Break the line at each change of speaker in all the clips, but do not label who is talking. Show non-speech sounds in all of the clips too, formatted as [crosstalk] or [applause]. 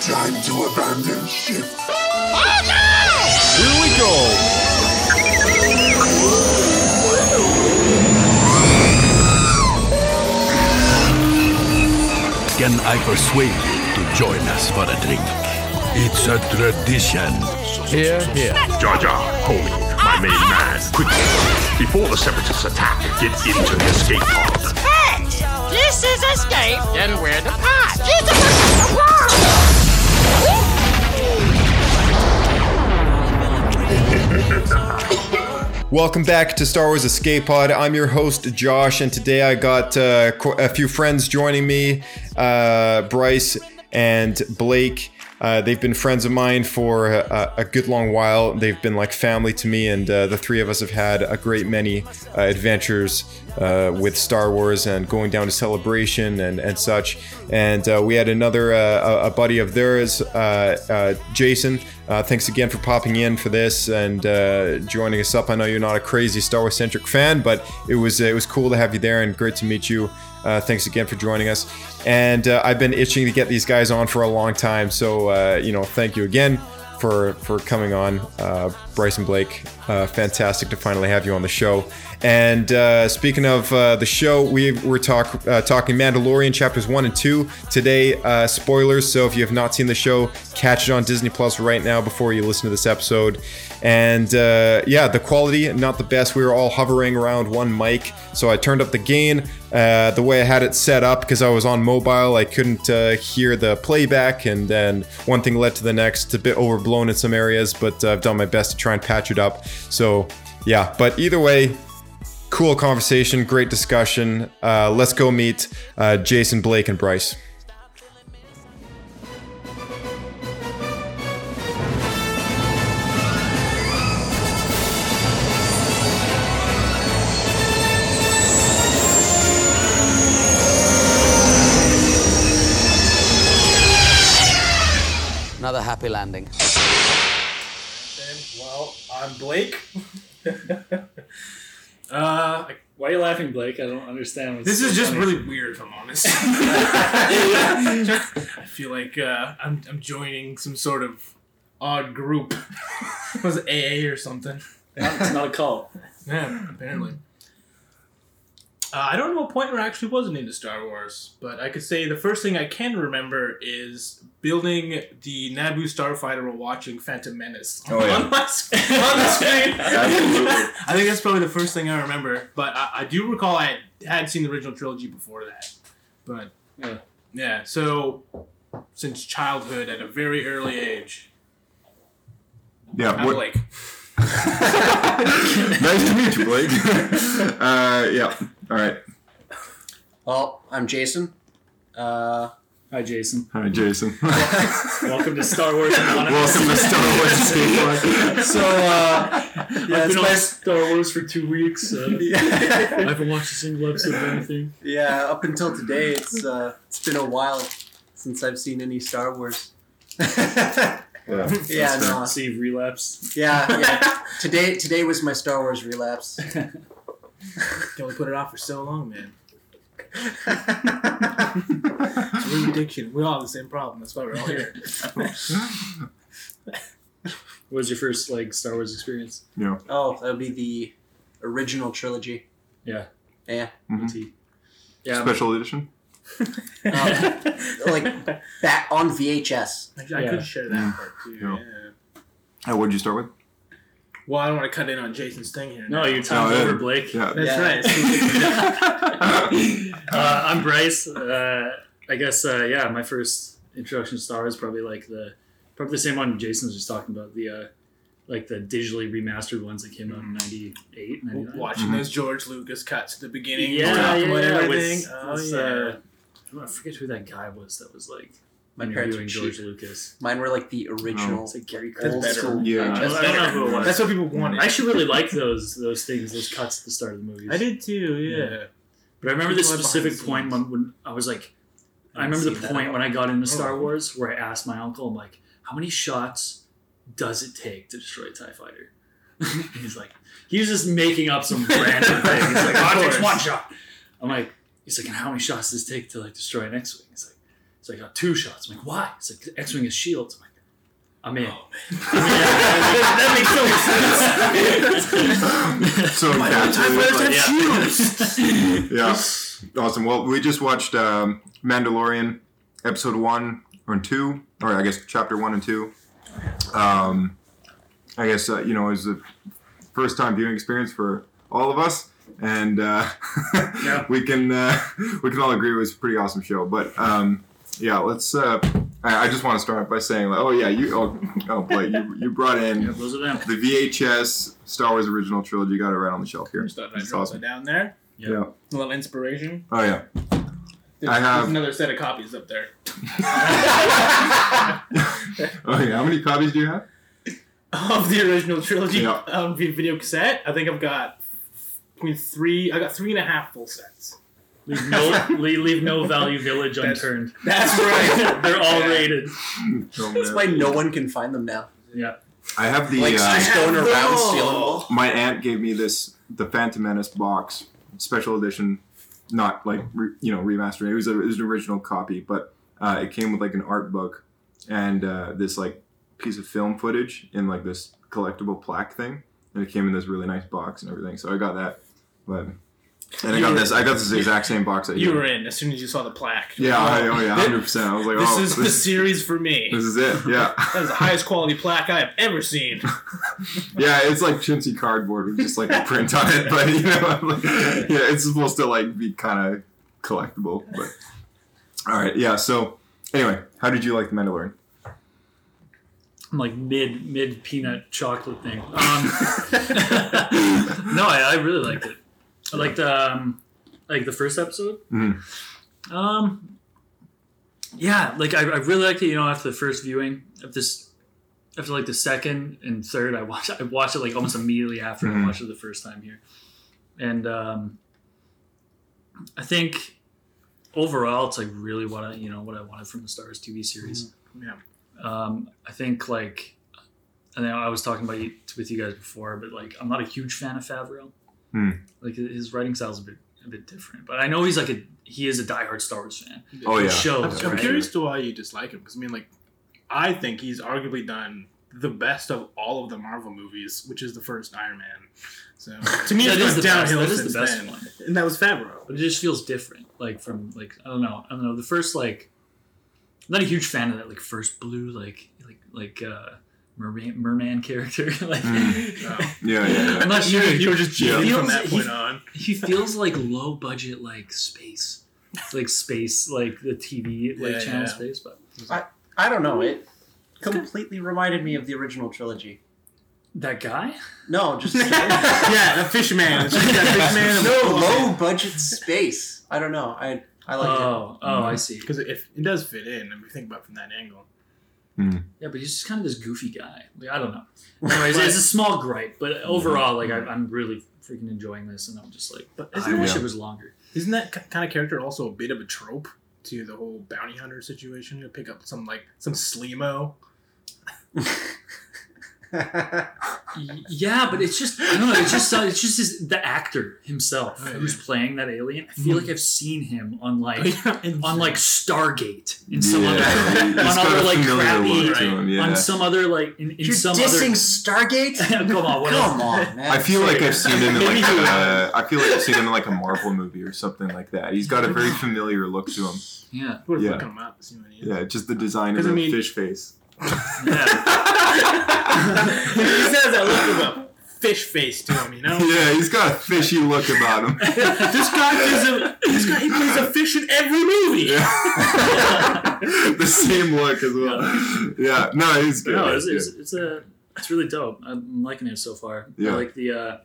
Time to abandon ship.
Here we go.
Can I persuade you to join us for a drink? It's a tradition.
Here, here.
Jar Jar, homie, my main man, quickly, before the separatists attack, get into the escape pod.
Hey! This is Escape, and we're the pod. Jesus, I'm wrong.
Welcome back to Star Wars Escape Pod. I'm your host Josh, and today I got uh, qu- a few friends joining me, uh, Bryce and Blake. Uh, they've been friends of mine for uh, a good long while. They've been like family to me, and uh, the three of us have had a great many uh, adventures uh, with Star Wars and going down to Celebration and, and such. And uh, we had another uh, a- a buddy of theirs, uh, uh, Jason. Uh, thanks again for popping in for this and uh, joining us up. I know you're not a crazy Star Wars centric fan, but it was uh, it was cool to have you there and great to meet you. Uh, thanks again for joining us. And uh, I've been itching to get these guys on for a long time, so uh, you know, thank you again for for coming on, uh, Bryson Blake. Uh, fantastic to finally have you on the show. And uh, speaking of uh, the show, we were talk, uh, talking Mandalorian chapters one and two today. Uh, spoilers, so if you have not seen the show, catch it on Disney Plus right now before you listen to this episode. And uh, yeah, the quality not the best. We were all hovering around one mic, so I turned up the gain uh, the way I had it set up because I was on mobile. I couldn't uh, hear the playback, and then one thing led to the next. It's a bit overblown in some areas, but uh, I've done my best to try and patch it up. So, yeah, but either way, cool conversation, great discussion. Uh, let's go meet uh, Jason, Blake, and Bryce.
Another happy landing.
Well, I'm
[laughs]
Blake. uh,
Why are you laughing, Blake? I don't understand. What's
this
so
is just
funny.
really weird, if I'm
[laughs]
honest. I feel like uh, I'm, I'm joining some sort of odd group. [laughs] it was AA or something.
It's not a cult.
Yeah, apparently. Uh, I don't know a point where I actually wasn't into Star Wars, but I could say the first thing I can remember is building the Naboo starfighter while watching Phantom Menace
Oh, yeah.
on, my sc- [laughs] on the
[laughs]
screen. [laughs]
Absolutely.
I think that's probably the first thing I remember, but I, I do recall I had seen the original trilogy before that. But
Yeah.
yeah, so since childhood at a very early age,
Yeah.
I'm
What,
like
nice to meet you, Blake. [laughs] uh, yeah. All right.
Well, Oh, I'm Jason. Uh,
Hi, Jason.
Hi, Jason.
Welcome to Star Wars Anonymous.
Welcome to Star Wars Skateboard.
so, uh, yeah, it's
I've been on [laughs]
nice.
Star Wars for two weeks.
[laughs]
Uh, I haven't watched a single episode of anything.
[laughs] Yeah, up until today, it's uh, it's been a while since I've seen any Star Wars. [laughs] yeah,
Yeah.
no,
So you've relapsed.
yeah,
[laughs]
yeah. Today, today was my Star Wars relapse.
Can we put it off for so long, man? It's a real addiction. We all have the same problem. That's why we're all here.
What was your first like Star Wars experience?
oh, that'll be the original trilogy.
Yeah.
Yeah,
OT. Yeah.
Special edition.
Um,
like that on VHS.
I, I could share that part too.
Yeah.
yeah.
Uh, what did you start with?
Well, I don't want to cut in on Jason's thing here.
no,
now.
your
No,
time's
yeah.
over, Blake.
Yeah.
That's
Yeah.
right. [laughs]
[laughs] Uh, I'm Bryce. Uh, I guess uh, yeah, my first introduction to Star Wars probably like the probably the same one Jason was just talking about the uh, like the digitally remastered ones that came out in '98,
Watching those George Lucas cuts at the beginning.
Yeah,
stuff,
yeah,
and
yeah,
everything.
with-
oh,
with,
yeah.
uh, I don't- I forget who that guy was that was like
My parents were
interviewing
cheap.
George Lucas.
Mine were like the original.
It's like Gary
That's
Old
better.
school.
Yeah.
I don't know who it was.
That's what people wanted.
I actually really liked those those things, those cuts at the start of the movies.
I did too. Yeah.
But I remember this
People are
specific
behind
point
the
when, when I was like, I,
I haven't seen
remember the
that at
point when I got into Star
Oh.
Wars where I asked my uncle, I'm like, how many shots does it take to destroy a TIE fighter? [laughs] he's like, he was just making up some random thing. He's
[laughs]
like,
Of
oh, it takes
course.
one shot. I'm like, he's like, and how many shots does it take to like destroy an X Wing? He's like, So I got two shots. I'm like, why? It's like X Wing is shields. I'm like, I'm in.
Oh,
[laughs]
So back to- [laughs]
yeah.
yeah, awesome. Well, we just watched um, Mandalorian episode one or two, or I guess chapter one and two. Um, I guess uh, you know it was the first time viewing experience for all of us, and uh, [laughs] we can uh, [laughs] we can all agree it was a pretty awesome show. But um, yeah, let's. Uh, I, I just want to start by saying, like, oh yeah, you oh, oh boy, you you brought in
Yeah, those are them.
the VHS Star Wars original trilogy. Got it right on the shelf here.
Just thought I'd
It's
drop
awesome.
that down there.
Yeah.
A little inspiration. [laughs]
Oh yeah.
There's,
I have-
there's another set of copies up there.
Okay, Oh, how many copies do you have?
of the original trilogy
Yeah.
um, vi- video cassette. I think I've got between three. I got three and a half full sets.
Leave no, leave, leave no value village unturned.
That's right. [laughs]
They're all rated.
Oh,
That's
man.
why no one can find them
[laughs]
now.
Yeah.
I have the.
Like [laughs]
uh,
just going around
no.
stealing them all.
my aunt gave me this the Phantom Menace box special edition, not like re, you know remastered. It was, a, it was an original copy, but uh, it came with like an art book and uh, this like piece of film footage in like this collectible plaque thing, and it came in this really nice box and everything. So I got that, but and I
You
got
were-
this. I got this exact same box that
You were in as soon as you saw the plaque.
Yeah, I, oh yeah,
This-
hundred percent. I was like,
This
oh, [laughs]
is the
this,
series for me.
this is it. Yeah,
That is the highest quality plaque I have ever [laughs] seen.
Yeah, it's like chintzy cardboard with just like a print on it, but you know, [laughs] like, yeah, it's supposed to like be kind of collectible. But all right, yeah. So anyway, how did you like the Mandalorian?
I'm like mid mid peanut chocolate thing. Um, no, [laughs] I, I really liked it. I liked um, like the first episode.
Mhm.
Um, yeah, like I, I really liked it. You know, after the first viewing, after this, after like the second and third, I watched I watched it like almost immediately after
Mhm.
I watched it the first time here, and um, I think overall it's like really what I you know what I wanted from the Star Wars TV series
Yeah.
um, I think like I know I was talking about you, with you guys before, but like I'm not a huge fan of Favreau.
Hmm.
Like his writing style's a bit a bit different, but I know he's like a he is a diehard Star Wars fan.
Oh yeah,
It
I'm,
shows.
I'm
right?
curious to why you dislike him because I mean, like, I think he's arguably done the best of all of the Marvel movies, which is the first Iron Man. So to me,
That
it's gone
is the best.
downhill
That is
since
the best
then.
one.
And that was Favreau.
But it just feels different, like from like I don't know, I don't know. The first like, I'm not a huge fan of that like first blue like like like uh merman merman character. [laughs] like
Hmm.
yeah, yeah. yeah.
[laughs] I'm not sure.
You were just
Yeah.
cheating from
Feels-
that
he-
point on.
he feels like low budget like space like space like the tv like
Yeah,
channel
yeah.
space but
I don't know. It completely reminded me of the original trilogy.
that guy
No,
[laughs]
just
yeah, the fish man. It's just that fish man. [laughs]
no low budget space. I don't know. I I like it.
oh oh i see
Because if it does fit in, I mean, think about it from that angle.
yeah but he's just kind of this goofy guy like i don't know anyways it's a small gripe but overall like I, i'm really freaking enjoying this and i'm just like
But
i
isn't,
wish
that,
it was longer
isn't that kind of character also a bit of a trope to the whole bounty hunter situation? To pick up some like some
[laughs]
slimo. [laughs]
Uh,
[laughs]
Y- yeah but it's just i don't know it's just it's just his, the actor himself
Right,
who's
yeah.
playing that alien i feel like i've seen him
[laughs]
on like
and
on like stargate in some
Yeah,
other
he's
on
got
other
a
like
familiar
crappy
look to him, yeah.
on some other like in, in
You're
some
dissing
other
Stargate.
[laughs] come on what
Come [laughs]
else?
on, man.
I feel like I've
Serious.
seen him in
Maybe
like
you-
uh, I feel like I've seen him in like a Marvel movie or something like that. He's got a very familiar look to him.
yeah
We're
Yeah.
looking him up. See what he is. [laughs]
Yeah, just the design of
'Cause I
the
mean-
fish face.
yeah
he says that look of a fish face to him. You know.
Yeah, he's got a fishy look about
[laughs]
him.
this guy is
[laughs]
a this guy. He plays a fish in every movie.
[laughs] the same look as well. Yeah, no, he's good.
no
he's
it's,
good.
it's, it's a it's really dope i'm liking it so far
Yeah.
I like the uh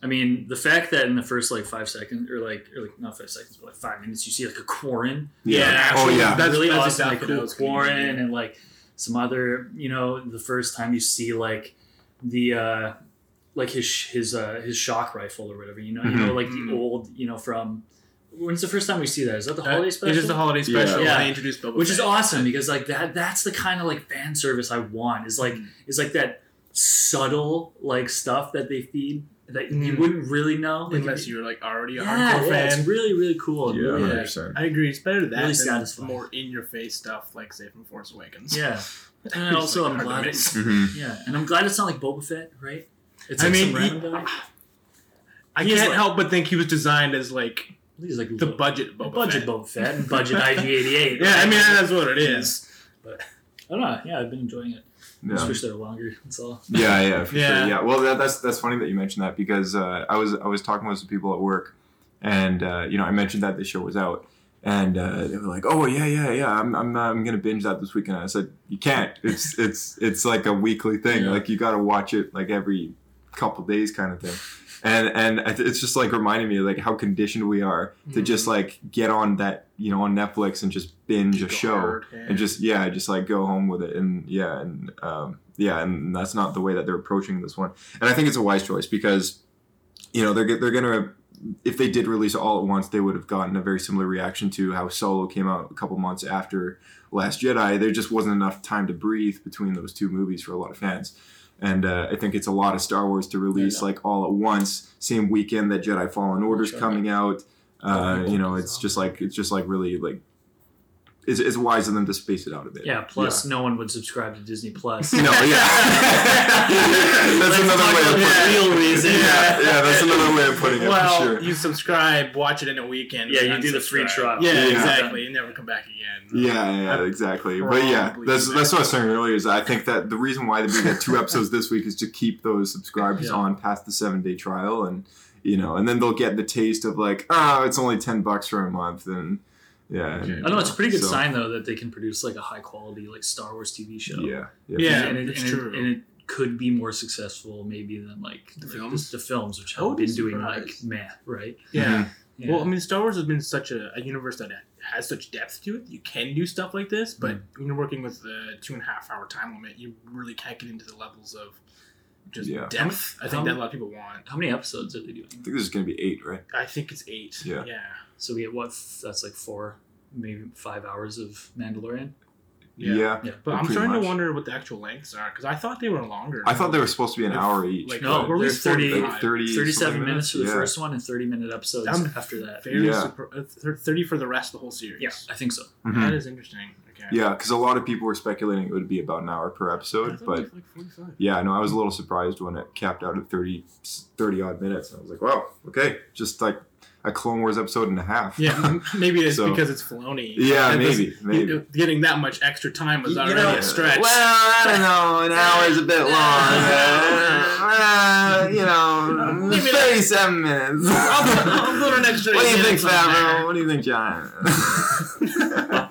i mean the fact that in the first like five seconds or like or like not five seconds but like five minutes you see like a quarren
yeah. Oh
actually,
yeah.
That's-
really
that's
awesome
exactly what I
like
was
cool
gonna
quarren
do.
and like some other you know the first time you see like the uh like his his uh his shock rifle or whatever you know you know
Mm-hmm.
like the
Mm-hmm.
old you know from when's the first time we see that is that the holiday special
It is the holiday
Yeah.
special.
Yeah.
They introduced Boba
which is
Fett.
awesome because like that that's the kind of like
Mm.
fan service I want is like is like that subtle like stuff that they feed that you
Mm.
wouldn't really know like,
unless you were like already a
yeah,
hardcore
yeah,
fan.
It's really really cool.
Yeah,
really,
100%.
I agree. It's better that
Really
than
satisfying.
more in your face stuff like say from Force Awakens.
yeah. And
[laughs] It's
also,
like hard
I'm
to
glad.
miss.
It's,
hmm
yeah, and I'm glad it's not like Boba Fett, right? It's
I
like
mean,
some
he-
random guy.
I
guess,
can't
like-
help but think he was designed as like
I think he's like
the
little-
budget Boba
budget
Fett.
Boba
[laughs]
Fett, and budget IG88.
yeah, I mean
I
that's what it is.
don't know. Yeah, I've been enjoying it. I just
Yeah.
wish they were longer. That's all.
Yeah, yeah, for
Yeah.
sure. Yeah. Well, that, that's that's funny that you mentioned that because uh, I was I was talking with some people at work, and uh, you know I mentioned that the show was out, and uh, they were like, "Oh yeah, yeah, yeah, I'm I'm, uh, I'm gonna binge that this weekend." I said, "You can't. It's [laughs] it's it's like a weekly thing.
Yeah.
Like you gotta watch it like every couple days kind of thing." And and I th- it's just like reminding me like how conditioned we are to just like get on that you know on Netflix and just binge a
Go
show
hard, yeah.
and just yeah just like go home with it and yeah and um, yeah and that's not the way that they're approaching this one and i think it's a wise choice because you know they're, g- they're gonna if they did release it all at once they would have gotten a very similar reaction to how solo came out a couple months after last jedi there just wasn't enough time to breathe between those two movies for a lot of fans and uh, I think it's a lot of Star Wars to release like all at once, same weekend that Jedi Fallen Order's coming out. Uh, you know, it's just like it's just like really like it's, it's wise of them to space it out a bit.
Yeah. Plus, no one would subscribe to Disney Plus. [laughs]
Yeah. No, yeah. that's
Let's
another
talk
way of
about
putting
the
it.
real reason.
Yeah, yeah, that's another way of putting it
Well,
for sure.
you subscribe, watch it in a weekend.
Yeah,
and
you do the free
unsubscribe.
trial.
Yeah,
Yeah.
exactly. You never come back again.
yeah, yeah, exactly. But yeah,
Probably
that's
not.
that's what I was saying earlier. Is I think that the reason why we get two episodes this week is to keep those subscribers
Yeah.
on past the seven day trial, and you know, and then they'll get the taste of like, oh, it's only ten bucks for a month, and yeah,
Okay.
I don't know. It's a pretty good
So-
sign though that they can produce like a high quality like Star Wars TV show.
yeah,
Yeah.
and it,
it's
and
true.
It, and it could be more successful maybe than like the
films?
the films, which
I would
have
be
been doing like
surprised.
meh, right?
Yeah.
Yeah.
Well, I mean, Star Wars has been such a, a universe that has such depth to it. You can do stuff like this,
Mm.
but when you're working with a two and a half hour time limit, you really can't get into the levels of just
Yeah.
depth. I think
Um,
that a lot of people want.
how many episodes are they doing?
I think this is gonna be eight, right?
I think it's eight.
Yeah.
Yeah.
So we get what? f- That's like four, maybe five hours of Mandalorian.
Yeah.
Yeah.
But I'm
Pretty
starting
much.
to wonder what the actual lengths are because I thought they were longer.
I thought they were supposed to be an
Like-
hour each.
like,
No,
no, or at
they're
least
30
30,
like 30
Thirty-seven
something
minutes for the
yeah.
first one and thirty-minute episodes
I'm
after that.
Very
Yeah.
super, uh, thir- 30 for the rest of the whole series.
Yeah, I think so.
Mhm.
That is interesting. Okay.
Yeah, because a lot of people were speculating it would be about an hour per
I
episode,
thought
but
it was like 45.
yeah, no, I was a little surprised when it capped out at 30, 30 odd minutes. I was like, wow, okay, just like a Clone Wars episode and a half. [laughs]
Yeah, m- maybe it's
So-
because it's Filoni.
Yeah,
And this-
maybe, maybe.
you- Getting that much extra time was
You
already
know,
a stretch.
I don't know. An hour is
[laughs]
a bit long.
Uh,
you know,
[laughs] Maybe not.
thirty-seven minutes.
I'll put- I'll put an
[laughs]
extra What do you eight think, minutes on Favreau? there.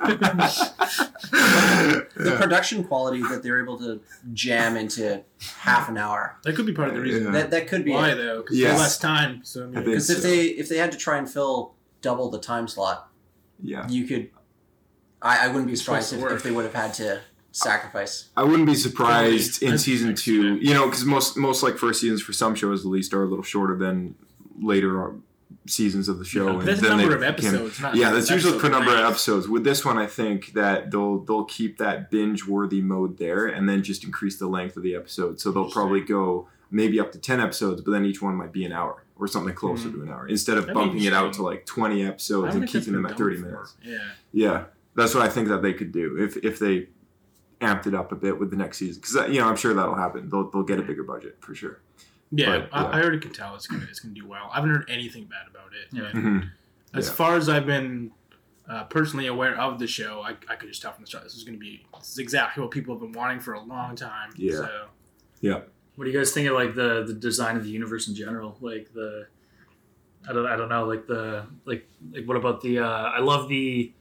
What do you think,
[laughs]
John? [laughs]
The production quality that they're able to jam into half an hour.
that could be part of the reason.
Yeah.
That that could be
Why
it.
though? Because
Yes.
less time. So I mean,
I think-
Because if
so.
they if they had to try and fill double the time slot,
yeah,
you could. I, I wouldn't be surprised
supposed
if,
to
if
work.
they would have had to sacrifice.
I wouldn't be surprised in
That's
season
next
two.
year.
You know, because most most like first seasons for some shows at least are a little shorter than later on- seasons of the show. and
that's
then
number
they
of
can-
episodes. Not
yeah, that's usually per
episode
number of
length.
episodes. With this one, I think that they'll they'll keep that binge worthy mode there, and then just increase the length of the episode. So they'll probably go maybe up to ten episodes, but then each one might be an hour or something closer to an hour instead of
That'd Hmm. be
bumping it out to
interesting.
like twenty
I
episodes
don't
and
think that's
keeping them
been
at
done
thirty
before.
minutes.
Yeah,
Yeah, that's what I think that they could do if if they amped it up a bit with the next season because you know I'm sure that'll happen. They'll they'll get a bigger budget for sure.
yeah.
But,
I,
yeah.
I already can tell it's gonna it's gonna do well. I haven't heard anything bad about it.
Yeah.
And
Mm-hmm.
As
Yeah.
far as I've been uh, personally aware of the show, I, I could just tell from the start this is gonna be this is exactly what people have been wanting for a long time.
Yeah.
So
Yeah,
What do you guys think of like the the design of the universe in general? Like the I don't I don't know, like the like like what about the uh I love the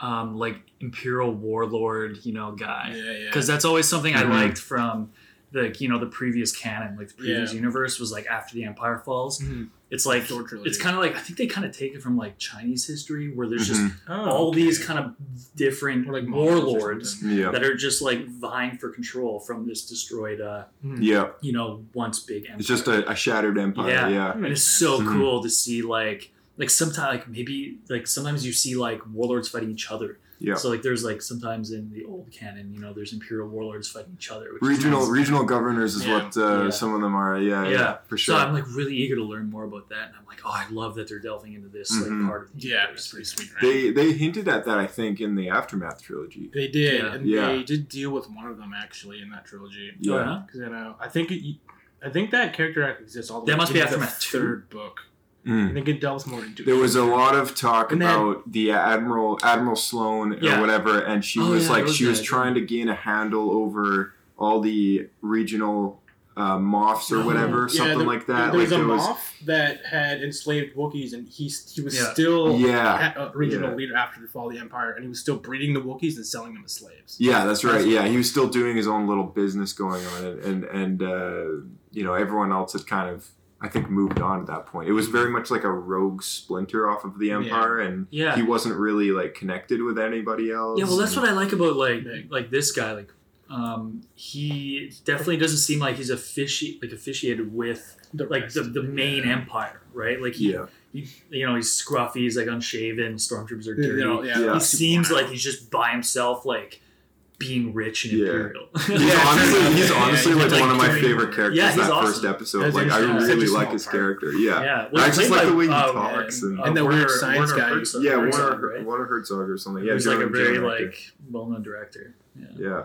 um like imperial warlord, you know, guy.
yeah, yeah.
Cuz that's always something
Mhm.
I liked from the you know the previous canon, like the previous
Yeah.
universe was like after the empire falls.
Mhm.
It's like
Sword trilogy.
it's kind of like I think they kind of take it from like Chinese history where there's just
Oh,
all these
okay.
kind of different
Or, like, monsters or
warlords
something.
yeah,
that are just like vying for control from this destroyed uh
yeah.
you know once big empire.
It's just a, a shattered empire.
Yeah.
yeah. Hmm.
and it's so cool to see like like sometimes like maybe like sometimes you see like warlords fighting each other
Yeah.
So like there's like sometimes in the old canon, you know, there's imperial warlords fighting each other. Which is
Regional
nice.
regional governors is
Yeah.
what uh,
Yeah.
some of them are. Yeah, yeah,
Yeah.
for sure.
So I'm like really eager to learn more about that, and I'm like, oh, I love that they're delving into this
Mhm.
like part of the
Yeah, it was
universe.
pretty sweet. Right?
they they hinted at that I think in the aftermath trilogy.
They did,
Yeah.
and
Yeah.
they did deal with one of them actually in that trilogy.
Yeah.
Oh, yeah?
Because you know, I think it, I think that character arc exists all the
That
way
must be
into the
Aftermath two.
third book.
Mm.
I think it delves more into.
There
it.
was a lot of talk
And then-
about the admiral, Admiral Sloan
Yeah.
or whatever, and she
Oh,
was
yeah,
like
those
she was
guys,
trying to gain a handle over all the regional uh, moths or
Uh-huh.
Oh,
whatever,
Yeah,
something
there-
like that.
There
Like
was
there
a
was,
moth that had enslaved Wookiees, and he he was
Yeah.
still
yeah,
a- a regional
Yeah.
leader after the fall of the empire, and he was still breeding the Wookiees and selling them as slaves.
yeah, that's right. Yeah, he was still doing his own little business going on, and and, and uh, you know everyone else had kind of I think moved on at that point. It was very much like a rogue splinter off of the
Yeah.
empire, and
Yeah.
he wasn't really like connected with anybody else.
Yeah, well, that's
and-
what I like about like
Big.
like this guy. Like, um, he definitely doesn't seem like he's offici- like officiated with
The
like
rest
the,
of
the main empire, right? Like, he,
yeah,
he, you know, he's scruffy, he's like unshaven, stormtroopers are
You
dirty.
know, yeah,
Yeah.
He seems like he's just by himself, like being rich and
Yeah. [laughs]
imperial.
He's honestly, he's
Yeah, yeah,
honestly
yeah.
like
Like,
one of my
doing-
favorite characters.
Yeah, he's
that
awesome.
first episode,
That's
like I
interesting.
really
Such a
like
small
his
part.
character. Yeah,
yeah.
I
he's
just
played
like the
by,
way he
uh,
talks and-
uh,
And the weird
Werner-
science
Werner
guy.
Herzog,
yeah,
Herzog,
Warner,
right?
Warner Herzog or something. Yeah,
He's like a
German-
very
German actor.
like well-known director. Yeah.
yeah,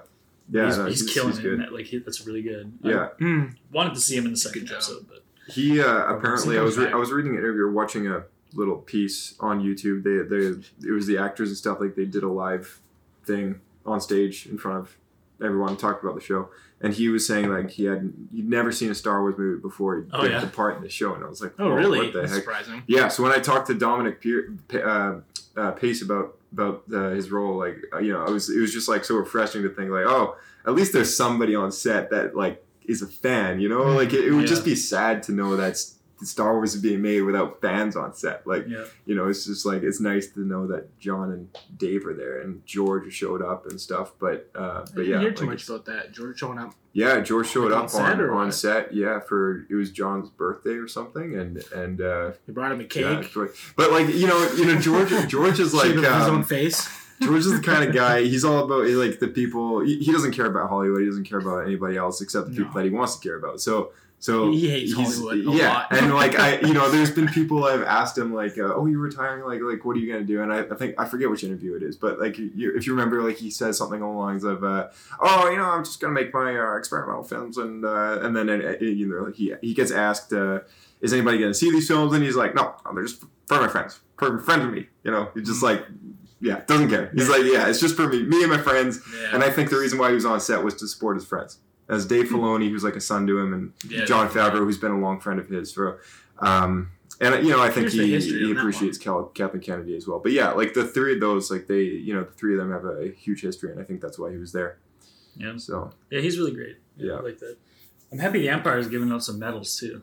yeah.
he's,
no,
he's killing
he's
it. in
good.
That, like he, that's really good.
Yeah,
I wanted to see him in the second
Mm. Good job.
episode, but
he uh, apparently I was re-
back.
I was reading an interview, or watching a little piece on YouTube. They they it was the actors and stuff like they did a live thing on stage in front of everyone talked about the show and he was saying like he had he'd never seen a Star Wars movie before he
Oh,
did
yeah.
the part in the show and I was like
Oh,
"Whoa,
really?
what the
That's
heck
surprising.
Yeah, so when I talked to Dominic Pier- P- uh, uh, Pace about about uh, his role, like uh, you know, I was it was just like so refreshing to think like, oh, at least there's somebody on set that like is a fan, you know? Like it, it would
Yeah.
just be sad to know that S- Star Wars is being made without fans on set. Like
yeah.
you know, it's just like it's nice to know that John and Dave are there and George showed up and stuff. But
I
uh, but
didn't
yeah,
hear too
like,
much about that. George showing up.
yeah, George showed
Like, on
up
set
on,
or
on
what?
set. Yeah, for it was John's birthday or something, and and. Uh,
He brought him a cake.
yeah, George- but like you know, you know George.
[laughs]
George is like
shaved off his
um,
own face.
George is the kind of
[laughs]
guy. He's all about he, like the people. He, he doesn't care about Hollywood. He doesn't care about anybody else except the
No.
people that he wants to care about. So so
He hates
he's-
Hollywood a
Yeah,
lot.
and like I, you know, there's
[laughs]
been people I've asked him like, uh, "Oh, you're retiring? Like like what are you gonna do?" And I, I think I forget which interview it is, but like you, if you remember, like he says something along the lines of, uh, "Oh, you know, I'm just gonna make my uh, experimental films," and uh, and then uh, you know like he he gets asked. Uh, is anybody going to see these films? And he's like, no, they're just for my friends, for friends of me. You know,
Mm.
he's just like, yeah, doesn't care. He's like, yeah, it's just for me, me and my friends.
Yeah.
And I think the reason why he was on set was to support his friends. As Dave Filoni, who's like a son to him, and
Mm. Yeah,
John
definitely.
Favreau, who's been a long friend of his for, um, and you know, I think
Here's the
he,
history
he
on that
appreciates Cal- Captain Kennedy as well. But yeah, like the three of those, like they, you know, the three of them have a huge history, and I think that's why he was there.
Yeah.
So
Yeah, he's really great.
Yeah.
I like that. I'm happy the Empire's giving out some medals too.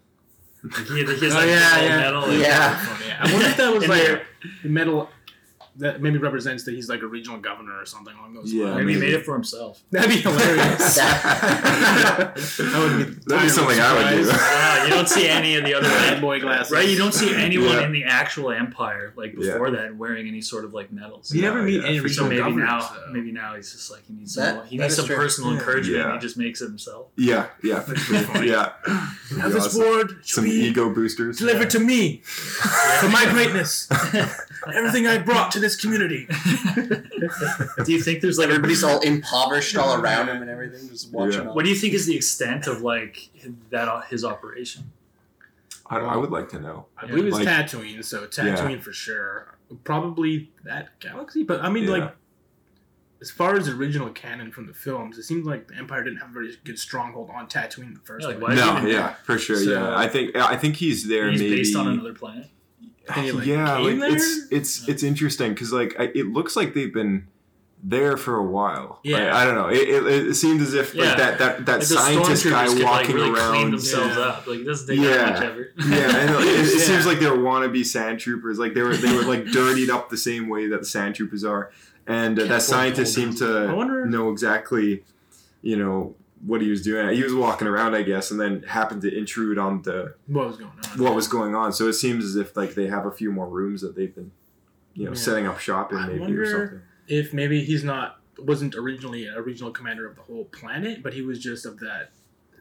Like he, he has
Oh,
like
yeah,
the gold
yeah.
medal. and-
Yeah.
Oh, yeah. I wonder if that was
[laughs]
And
like
they're-
the medal that maybe represents that he's like a regional governor or something along those
Yeah.
lines.
Maybe he
Amazing.
made it for himself.
That'd
[laughs]
be [laughs] hilarious.
that
would be
would be something I would do.
[laughs]
Wow, Uh, you don't see any of
[laughs]
the other
Bad boy glasses.
right. You don't see anyone
Yeah.
in the actual Empire like
Yeah.
before that wearing any sort of like medals.
You never
No,
meet
yeah,
any
for
So
regional
maybe
governors.
now,
though.
maybe now he's just like he needs
That-
some, he
that
needs
is
some
true.
personal
Yeah.
encouragement.
Yeah.
He just makes
[laughs]
it himself.
Yeah, yeah, for sure. yeah.
Have
Yeah,
this
some-
award to
Some
be
ego boosters.
delivered to me
[laughs]
for
[laughs]
my greatness, [laughs] everything I brought to this community.
Do you think there's like a
Everybody's all impoverished all around him and everything, just watching.
Yeah.
all-
What do you think is the extent of like that uh, his operation?
I, I would like to know.
I believe it's
Like-
Tatooine, so
Yeah.
Tatooine for sure. Probably that galaxy, but I mean,
Yeah.
like, as far as original canon from the films, it seems like the Empire didn't have a very good stronghold on Tatooine in the first
Yeah, like,
place.
why-
No,
even-
yeah, for sure.
So-
yeah, I think I think he's there.
He's
maybe
based on another planet.
They, like,
yeah,
came
like
there?
it's it's it's interesting because like I, it looks like they've been there for a while.
Yeah.
Like, I don't know. It, it, it seemed as if like
Yeah.
that that that
Like, the
scientist
stormtroopers
guy
could,
walking
like, really clean
around.
themselves
Yeah.
up. Like it doesn't take
Yeah.
that much effort.
[laughs] Yeah,
[laughs]
and it, it
Yeah.
seems like they're wannabe sand troopers. Like they were they were like dirtied up the same way that the sand troopers are, and uh,
Can't
that scientist
hold
seemed
I
to
wonder-
know exactly, you know, what he was doing. He was walking around, I guess, and then happened to intrude on the
What was going on?
what was going on. So it seems as if like they have a few more rooms that they've been, you know,
Yeah.
setting up shop in
I
maybe or
wonder-
something.
if maybe he's not wasn't originally a regional commander of the whole planet, but he was just of that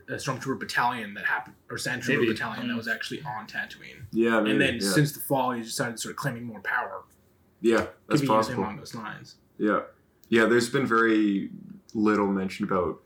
uh, stormtrooper battalion that happened or sandtrooper
Maybe.
battalion that was actually on Tatooine.
Yeah, maybe,
and then
yeah.
since the fall, he decided to start claiming more power.
yeah,
Could
that's
be using
possible.
along those lines.
Yeah, yeah. There's been very little mention about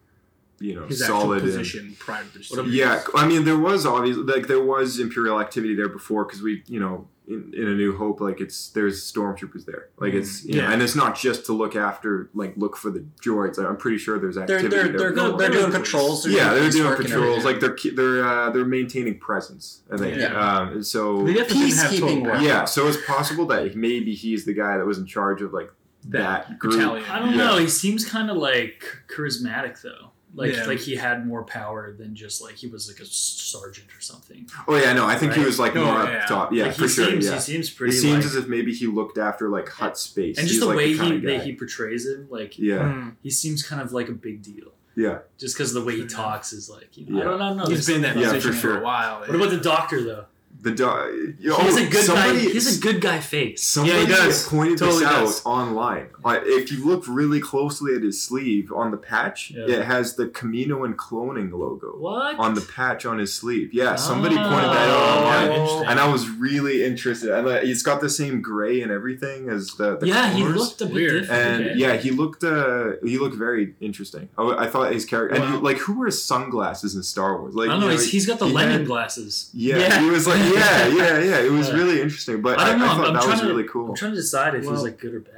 you know
His
solid
actual
and-
position prior to this.
Yeah, I mean, there was obviously like there was imperial activity there before because we, you know, in, in A New Hope, like it's there's stormtroopers there, like it's you
Yeah.
know, and it's not just to look after like look for the droids. I'm pretty sure there's
They're
activity
they're
there
they're,
before.
go, they're doing patrols.
yeah, they're doing
peacework and
patrols.
everything.
Like they're ke- they're uh, they're maintaining presence. I think.
Yeah.
Um, and so
They definitely didn't have
Peacekeeping
total
work.
power.
yeah, so it's possible that maybe he's the guy that was in charge of like that, group.
battalion.
I don't
Yeah.
know. He seems kind of like charismatic though. Like
Yeah.
like he had more power than just like he was like a sergeant or something.
Oh yeah, no, I think he
Right.
was like
No,
more
yeah.
up top. Yeah,
like,
for
he
sure.
Seems,
yeah.
He seems
It
pretty.
seems
like-
as if maybe he looked after like hut space.
and
He's,
just the
like,
way
kinda
he that
guy.
he portrays him, like
yeah,
Mm.
he seems kind of like a big deal.
yeah.
Just because the way he talks is like you know,
Yeah.
I don't, I don't know.
He's
There's
been in that
something
Yeah,
position
for
for,
sure.
a while.
about- What about the doctor though?
The dog.
He's a good guy. He's a good guy face.
Somebody
Yeah, he does.
pointed
Totally
this out
does.
online. Like, if you look really closely at his sleeve on the patch,
Yeah.
it has the Camino and cloning logo
What
on the patch on his sleeve. Yeah, somebody pointed that out
Oh.
online,
Interesting.
and I was really interested. And like, it's got the same gray and everything as the, the
yeah, he
cloners.
looked a bit
Weird.
different.
And
Okay.
yeah, he looked uh he looked very interesting. Oh, I, I thought his character and
Wow.
he, like who wears sunglasses in Star Wars?
I
Like
don't
you
know. he's, he's got the
he
lemon
had-
glasses.
Yeah, he was like yeah,
[laughs]
yeah, yeah. It was
Yeah.
really interesting, but
I
I,
don't know.
I
am
thought
I'm
that
trying
was
to,
really
I'm
cool.
trying to decide if he's
Well-
like good or bad,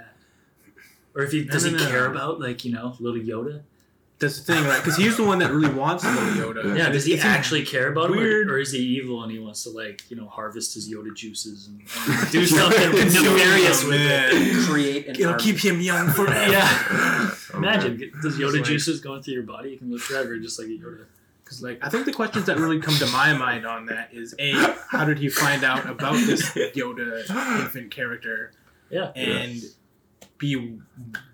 or if he
No,
does
no,
he
no.
care about like you know little Yoda.
That's the thing, right? Because he's the one that really wants the Yoda.
Yeah.
Yeah, does he
It's
actually care about
weird-
him, or, or is he evil and he wants to like you know harvest his Yoda juices and,
[laughs]
and do something nefarious with it? [laughs]
create an
It'll
army.
keep him young [laughs] forever.
Yeah,
[laughs] Oh, man.
imagine get- those Yoda
like-
juices going through your body. You can live forever, just like a Yoda.
Because like I think the questions that really come to my mind on that is a how did he find out about this Yoda infant character?
Yeah.
And b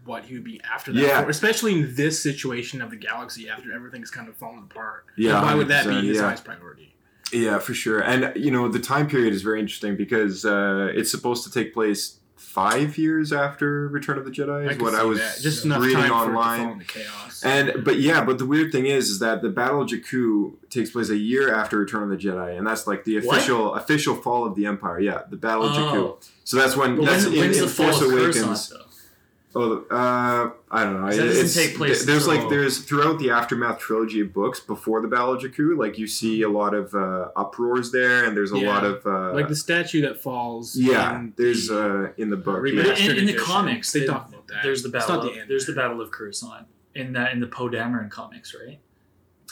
what he would be after that,
Yeah.
for, especially in this situation of the galaxy after everything's kind of fallen apart.
Yeah,
Like, why would that be
100%,
his
yeah.
highest priority?
Yeah, for sure. And you know, the time period is very interesting because uh, it's supposed to take place five years after Return of the Jedi.
I
Is
could
what I
see
was
that. just enough
reading
time for it to fall
online.
into chaos.
And but yeah, but the weird thing is, is that the Battle of Jakku takes place a year after Return of the Jedi, and that's like the
What?
official official fall of the Empire. Yeah, the Battle of
Oh.
Jakku. So that's when
But
that's
when's,
in,
when's
in
the fall
Force
of
Awakens.
Coruscant though?
Oh, uh, I don't know.
So that doesn't
It's-
take place
th- There's like
until-
there's throughout the aftermath trilogy of books before the Battle of Jakku. Like you see a lot of uh, uproars there, and there's a
Yeah.
lot of uh,
like the statue that falls.
yeah.
in
There's
the
uh, in the book.
remastered
But
Yeah.
in- in the
edition,
comics,
they
they-
talk about that.
There's the
It's
battle.
not
of,
end.
there's the battle of Coruscant in that in the Poe Dameron comics, right?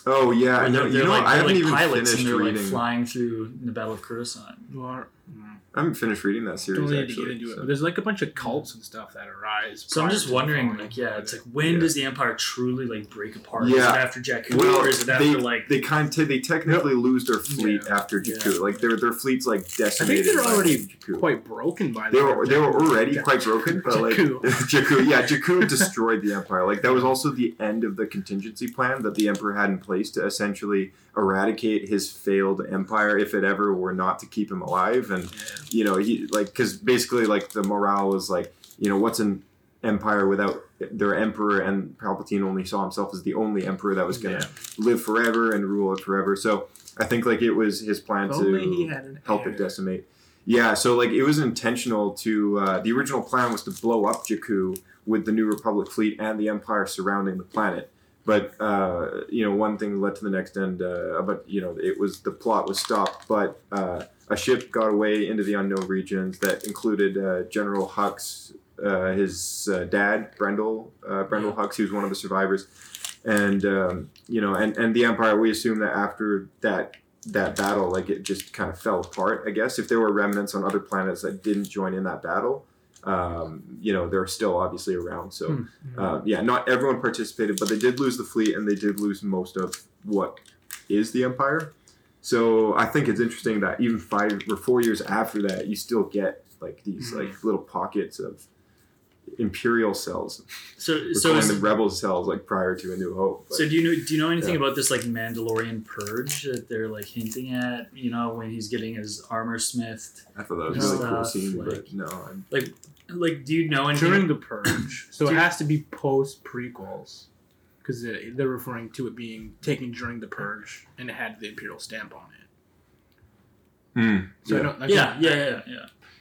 Oh yeah, I
Where
know.
they're,
You
they're
know, I
like, they're
haven't
like
even
pilots
finished
and they're
reading.
like flying through in the Battle of Coruscant.
You are- mm.
I haven't finished reading that series
don't need to
actually.
get into it.
so-
But there's like a bunch of cults and stuff that arise.
So I'm
prior
just
to the
wondering,
falling
like, yeah, it's like
of
when
Yeah.
does the Empire truly like break apart? Is it
Yeah.
after Jakku,
Well,
or is it after
they,
like?
they kind of they technically lose their fleet
Yeah.
after Jakku.
Yeah.
Like their their fleet's like
I think
decimated.
they're
by
already
Jakku.
quite broken by
They
the
were they were already
Yeah.
quite broken, but like
Jakku.
[laughs] Jakku, yeah, Jakku destroyed the empire. Like that was also the end of the contingency plan that the emperor had in place to essentially eradicate his failed empire if it ever were not to keep him alive. And you know, he like because basically like the morale was like, you know, what's an empire without their emperor? And Palpatine only saw himself as the only emperor that was going to live forever and rule it forever. So I think like it was his plan
If
to
only he had an
help
heir.
it decimate. Yeah, so like it was intentional to. Uh, the original plan was to blow up Jakku with the New Republic fleet and the Empire surrounding the planet. But uh, you know, one thing led to the next, and uh, but you know, it was the plot was stopped. But uh, a ship got away into the unknown regions that included uh, General Hux, uh, his uh, dad Brendel, uh, Brendel Hux, who's one of the survivors, and um, you know, and and the Empire. We assume that after that that battle, like it just kind of fell apart. I guess if there were remnants on other planets that didn't join in that battle, um, you know, they're still obviously around. So, uh, yeah, not everyone participated, but they did lose the fleet and they did lose most of what is the Empire. So I think it's interesting that even five or four years after that, you still get like these like little pockets of imperial cells.
so
We're
so
calling
is,
them rebel cells, like prior to A New Hope. but-
so do you know do you know anything
Yeah.
about this like Mandalorian purge that they're like hinting at? You know when he's getting his armor smithed.
I thought that was a really cool
Stuff,
scene,
like-
but no, I'm,
like, do you know anything?
during the purge. So it
Dude.
has to be post prequels because they're referring to it being taken during the purge and it had the imperial stamp on it.
Hmm.
So
Yeah.
I don't, I
[coughs] yeah,
don't-
yeah, yeah, yeah.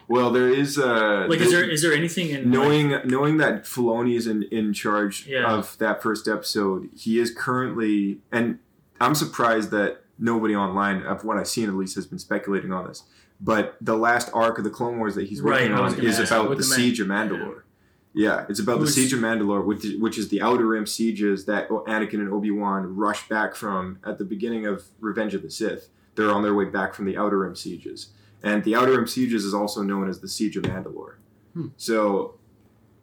Well, there is uh,
Like, is there is there anything in
knowing knowing that Filoni is in in charge
Yeah.
of that first episode, he is currently, and I'm surprised that nobody online, of what I've seen at least, has been speculating on this. But the last arc of the Clone Wars that he's
Right,
working
I was
on
gonna
is
ask,
about
with
the
the man-
siege of Mandalore. Yeah, it's about
Who's-
the siege of Mandalore, which is, which is the Outer Rim sieges that Anakin and Obi Wan rush back from at the beginning of Revenge of the Sith. They're on their way back from the Outer Rim sieges, and the Outer Rim sieges is also known as the Siege of Mandalore.
Hmm.
So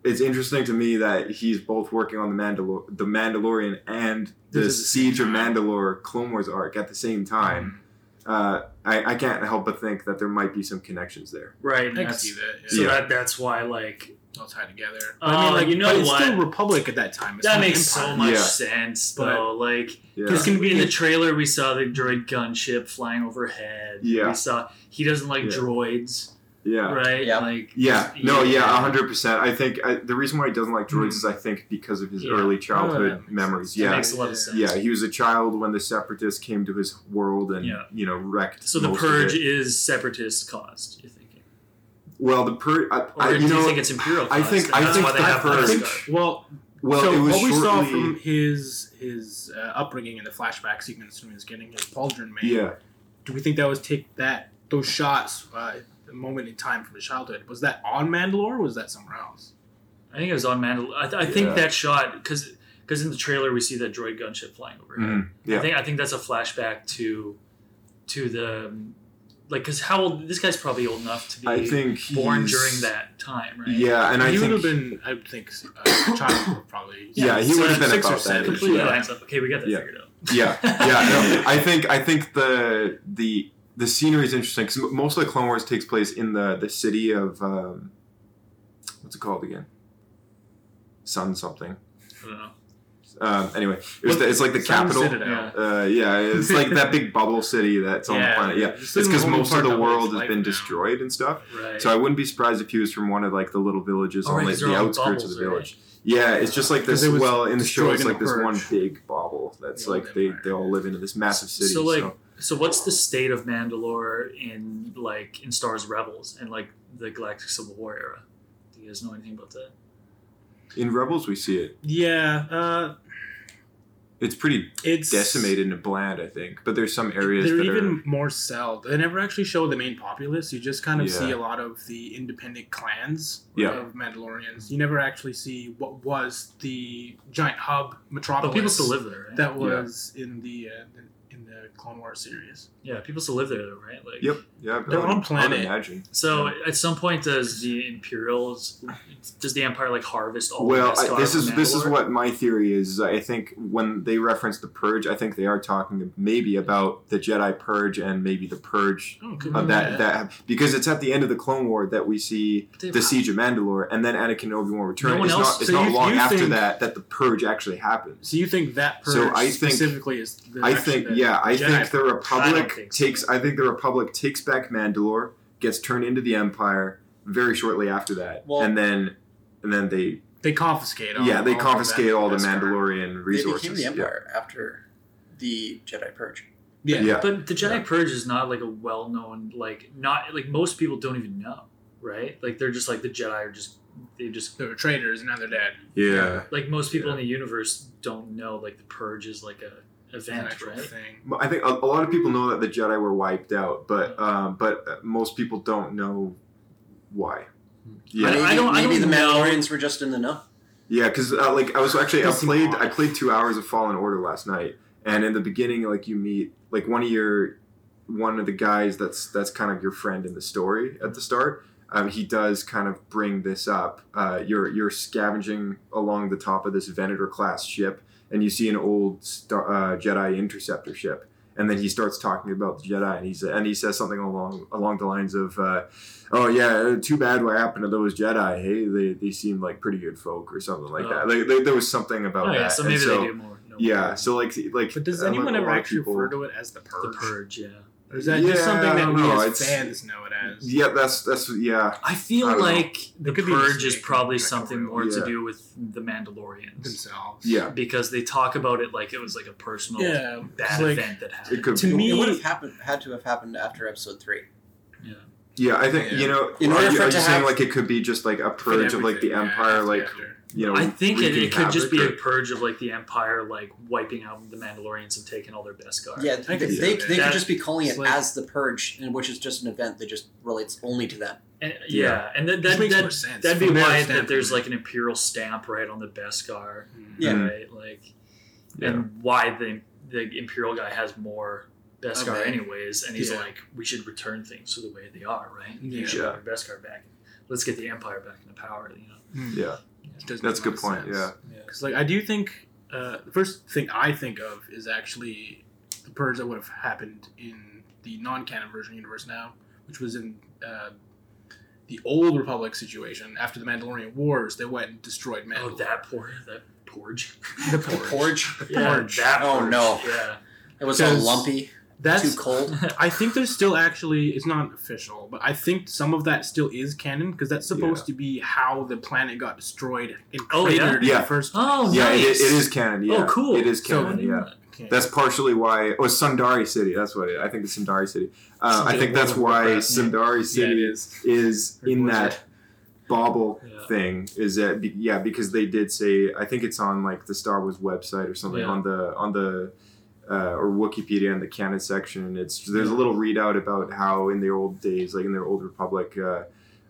it's interesting to me that he's both working on the Mandalor- the Mandalorian and the
This is the same
Siege of
time. Hmm.
Mandalore Clone Wars arc at the same time. Uh, I, I can't help but think that there might be some connections there.
I
right? and
can
that's-
see that.
So
Yeah.
Yeah.
that that's why like
All tied together. But
Oh, you know
but it's
what?
still Republic at that time. It's
that
not
makes
Empire.
so much
Yeah.
sense though. like
Yeah.
Because can be in the trailer we saw the droid gunship flying overhead.
Yeah.
We saw he doesn't like
Yeah.
droids,
Yeah.
right?
Yeah.
Like
Yeah, no, yeah, a hundred percent. I think I, the reason why he doesn't like droids is I think because of his
Hmm. Yeah.
early
Oh, that
childhood
makes
memories.
That
Yeah,
makes a lot of sense.
yeah, he was a child when the Separatists came to his world and
Yeah.
you know wrecked.
So the
most of
purge
it.
is separatist caused. You're thinking,
Well, the purge. I,
or
I,
do
you
you
know,
think it's imperial?
I
Caused?
think-
and
I
that's
think
why they
the
have
purge-
Purge.
Well,
well,
so
it was
what we saw
shortly-
from his his uh, upbringing in the flashback sequence when he was getting his pauldron made.
yeah,
Do we think that was take that those shots uh, the moment in time from his childhood was that on Mandalore or was that somewhere else?
I think it was on Mandal. I, th- I think
Yeah.
that shot because because in the trailer we see that droid gunship flying overhead.
mhm,
I
yeah,
think I think that's a flashback to to the um, like because how old this guy's probably old enough to be
I think
born
he's-
during that time, right?
Yeah, and I
he
think
would have been, I would think, uh, child probably.
[laughs] Yeah, he
so
would have been
six or
about that.
seven.
age,
Completely
Yeah,
lines up. Okay, we got that
Yeah.
figured out.
yeah,
[laughs]
yeah. No, I think I think the the the scenery is interesting because most of the Clone Wars takes place in the the city of um, what's it called again? Sun something.
I [laughs] don't know.
Um, anyway, it was the, it's like the
Sun
capital.
Citadel.
Yeah.
Uh, yeah, it's like that big bubble city that's on the
Yeah,
planet. Yeah,
it's
it's
in the
because
only
most of
part
the
of its
world has
life
been
now.
destroyed and stuff.
Right.
So I wouldn't be surprised if he was from one of like the little villages
Oh,
on
right,
like
'cause they're
the
all
outskirts of
bubbles,
the
right?
village. Yeah, it's just like this.
it was
Well, in the show,
destroyed
it's
in
like
the
this one
purge.
big bubble that's
Yeah,
like they,
vampire.
they all live in this massive city.
so like, so. what's the state of Mandalore in like in Star Wars Rebels and like the Galactic Civil War era? Do you guys know anything about that?
in Rebels, we see it.
Yeah, uh,
It's pretty
it's
decimated and bland, I think. But there's some areas
They're
that
even
are
more celled. They never actually show the main populace. You just kind of
Yeah.
see a lot of the independent clans
Yeah.
of Mandalorians. You never actually see what was the giant hub metropolis.
But people still live there, right?
That was in the uh, in the Clone War series.
yeah, people still live there, though, right? Like,
yep, yeah.
They're
I would-
on
I would
planet.
Imagine.
So at some point, does the Imperials, does the Empire like harvest all?
Well,
the
I, this is this is
Oh, Mandalore?
what my theory is. I think when they reference the purge, I think they are talking maybe about the Jedi purge and maybe the purge
Oh, could
of
be
that that because it's at the end of the Clone War that we see
But they-
the siege of Mandalore and then Anakin and Obi Wan return.
No one
it's
else-
not, it's
so
not
you-
long
you
after
think-
that that the purge actually happens.
So you think that purge
So I think-
specifically is? The
I
actually
think
the
yeah, I
Jedi
think the
purge?
I don't
Republic
think so.
takes. I think the Republic takes back Mandalore, gets turned into the Empire very shortly after that,
Well-
and then and then they
they confiscate. All,
yeah they
all of
confiscate
that-
all the
that's correct.
Mandalorian
They
resources.
became the Empire after the Jedi Purge.
Yeah.
Yeah. yeah.
But the Jedi Purge is not like a well-known like not like most people don't even know, right? Like they're just like the Jedi are just they just
They were traitors, and now they're dead.
Yeah.
like most people
Yeah.
in the universe don't know like the Purge is like a
It's an
event,
actual
right?
thing.
I think a, a lot of people know that the Jedi were wiped out, but
Mm-hmm.
um, but most people don't know why. Yeah,
Mm-hmm.
Maybe,
I don't- I
maybe
don't
the
know.
Mandalorians were just in the know.
Yeah, because uh, like I was actually I
Pissing
played
off.
I played two hours of Fallen Order last night, and in the beginning, like you meet like one of your one of the guys that's that's kind of your friend in the story at the start. Um, he does kind of bring this up. Uh, you're you're scavenging along the top of this Venator class ship, and you see an old star, uh, Jedi interceptor ship. And then he starts talking about the Jedi, and he's and he says something along along the lines of, uh, "Oh yeah, too bad what happened to those Jedi. Hey, they, they seem like pretty good folk or something like
Oh.
that. Like there, there was something about
Oh
that.
yeah, so maybe
and
they do more. No
Yeah,
more.
so like like.
But does
uh, like
anyone
a
ever
lot of
actually
people-
refer to it as the purge?
the Purge, yeah.
Or is that just
Yeah,
something
I
that
don't
we
know,
as
it's-
fans know it as.
Yeah, that's that's yeah.
I feel
I don't know.
like the
It could be
Purge is
mistaken.
probably
Jack
something
O'Reilly.
more to
Yeah.
do with the Mandalorians
Themselves.
Yeah,
because they talk about it like it was like a personal
Yeah,
bad
like-
event that happened.
it could.
To
be.
me,
It
it would
would've
have happened had to have happened after episode three.
Yeah, I think
Yeah.
you know.
In
are
order
you,
for
are
it
you
to
saying
have-
like it could be just like a purge of like the
Yeah,
empire,
that's
like
after.
you know?
I think it,
wreaking
it could
havoc
just be a
or-
purge of like the Empire, like wiping out the Mandalorians and taking all their best guards.
Yeah,
I
they,
could see
they,
that.
they
That-
could just be calling
it's
it
like-
as the purge, and- which is just an event that just relates only to them.
and, yeah.
Yeah.
and that,
Which
that,
makes
that
more sense.
that'd be
From their
why that
standpoint.
there's like an imperial stamp right on the Beskar,
Yeah.
right? Like, and why the the imperial guy has more Beskar
Okay.
anyways, and he's
Yeah.
like, we should return things to the way they are, right?
Yeah.
You should have your Beskar back. Let's get the Empire back into power. You know,
Yeah, That's a good point, yeah.
because like I do think uh, the first thing I think of is actually the purge that would have happened in the non-canon version of universe now, which was in uh, the old Republic situation after the Mandalorian Wars. They went and destroyed
oh
Mandalore.
that poor that porge,
the
[laughs]
purge.
Porge.
yeah,
Porge.
that
Oh,
Porge.
no.
yeah.
It was all
Because-
lumpy,
That's
too cold.
I think there's still actually it's not official, but I think some of that still is canon because that's supposed to be how the planet got destroyed and
Oh, yeah?
cratered in
Yeah.
the first.
Oh,
yeah, it,
nice.
it is canon. Yeah,
Oh, cool.
It is
So-
canon. yeah, that's partially why. Oh, Sundari City. That's what it. I think it's Sundari City. Uh, I
Something
think that's
about
why
that, yeah.
Sundari City
is.
is in
Or was
that bauble
Yeah.
thing is that be- yeah because they did say i think it's on like the star wars website or something
Yeah.
on the on the uh, or wikipedia in the canon section it's there's a little readout about how in the old days like in the old republic uh,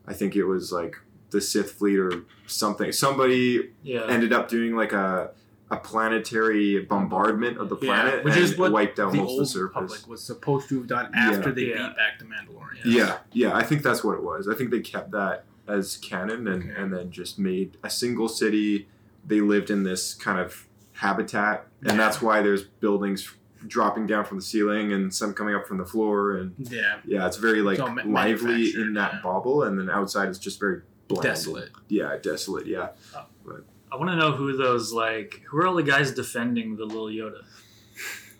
i think it was like the sith fleet or something somebody
yeah.
ended up doing like a a planetary bombardment of the
Yeah,
planet
which
and
is what
wiped out
the
most of
old
the surface
Republic was supposed to have done
Yeah.
after they
Yeah.
beat back the Mandalorian.
Yeah, yeah, I think that's what it was. I think they kept that as canon and, and then just made a single city. They lived in this kind of habitat, and that's why there's buildings dropping down from the ceiling and some coming up from the floor. And
yeah,
yeah, it's very like
It's all ma-
lively in
manufactured,
that
yeah.
bubble, and then outside is just very bland.
desolate.
Yeah, desolate. Yeah,
I want to know who those like who are all the guys defending the little Yoda?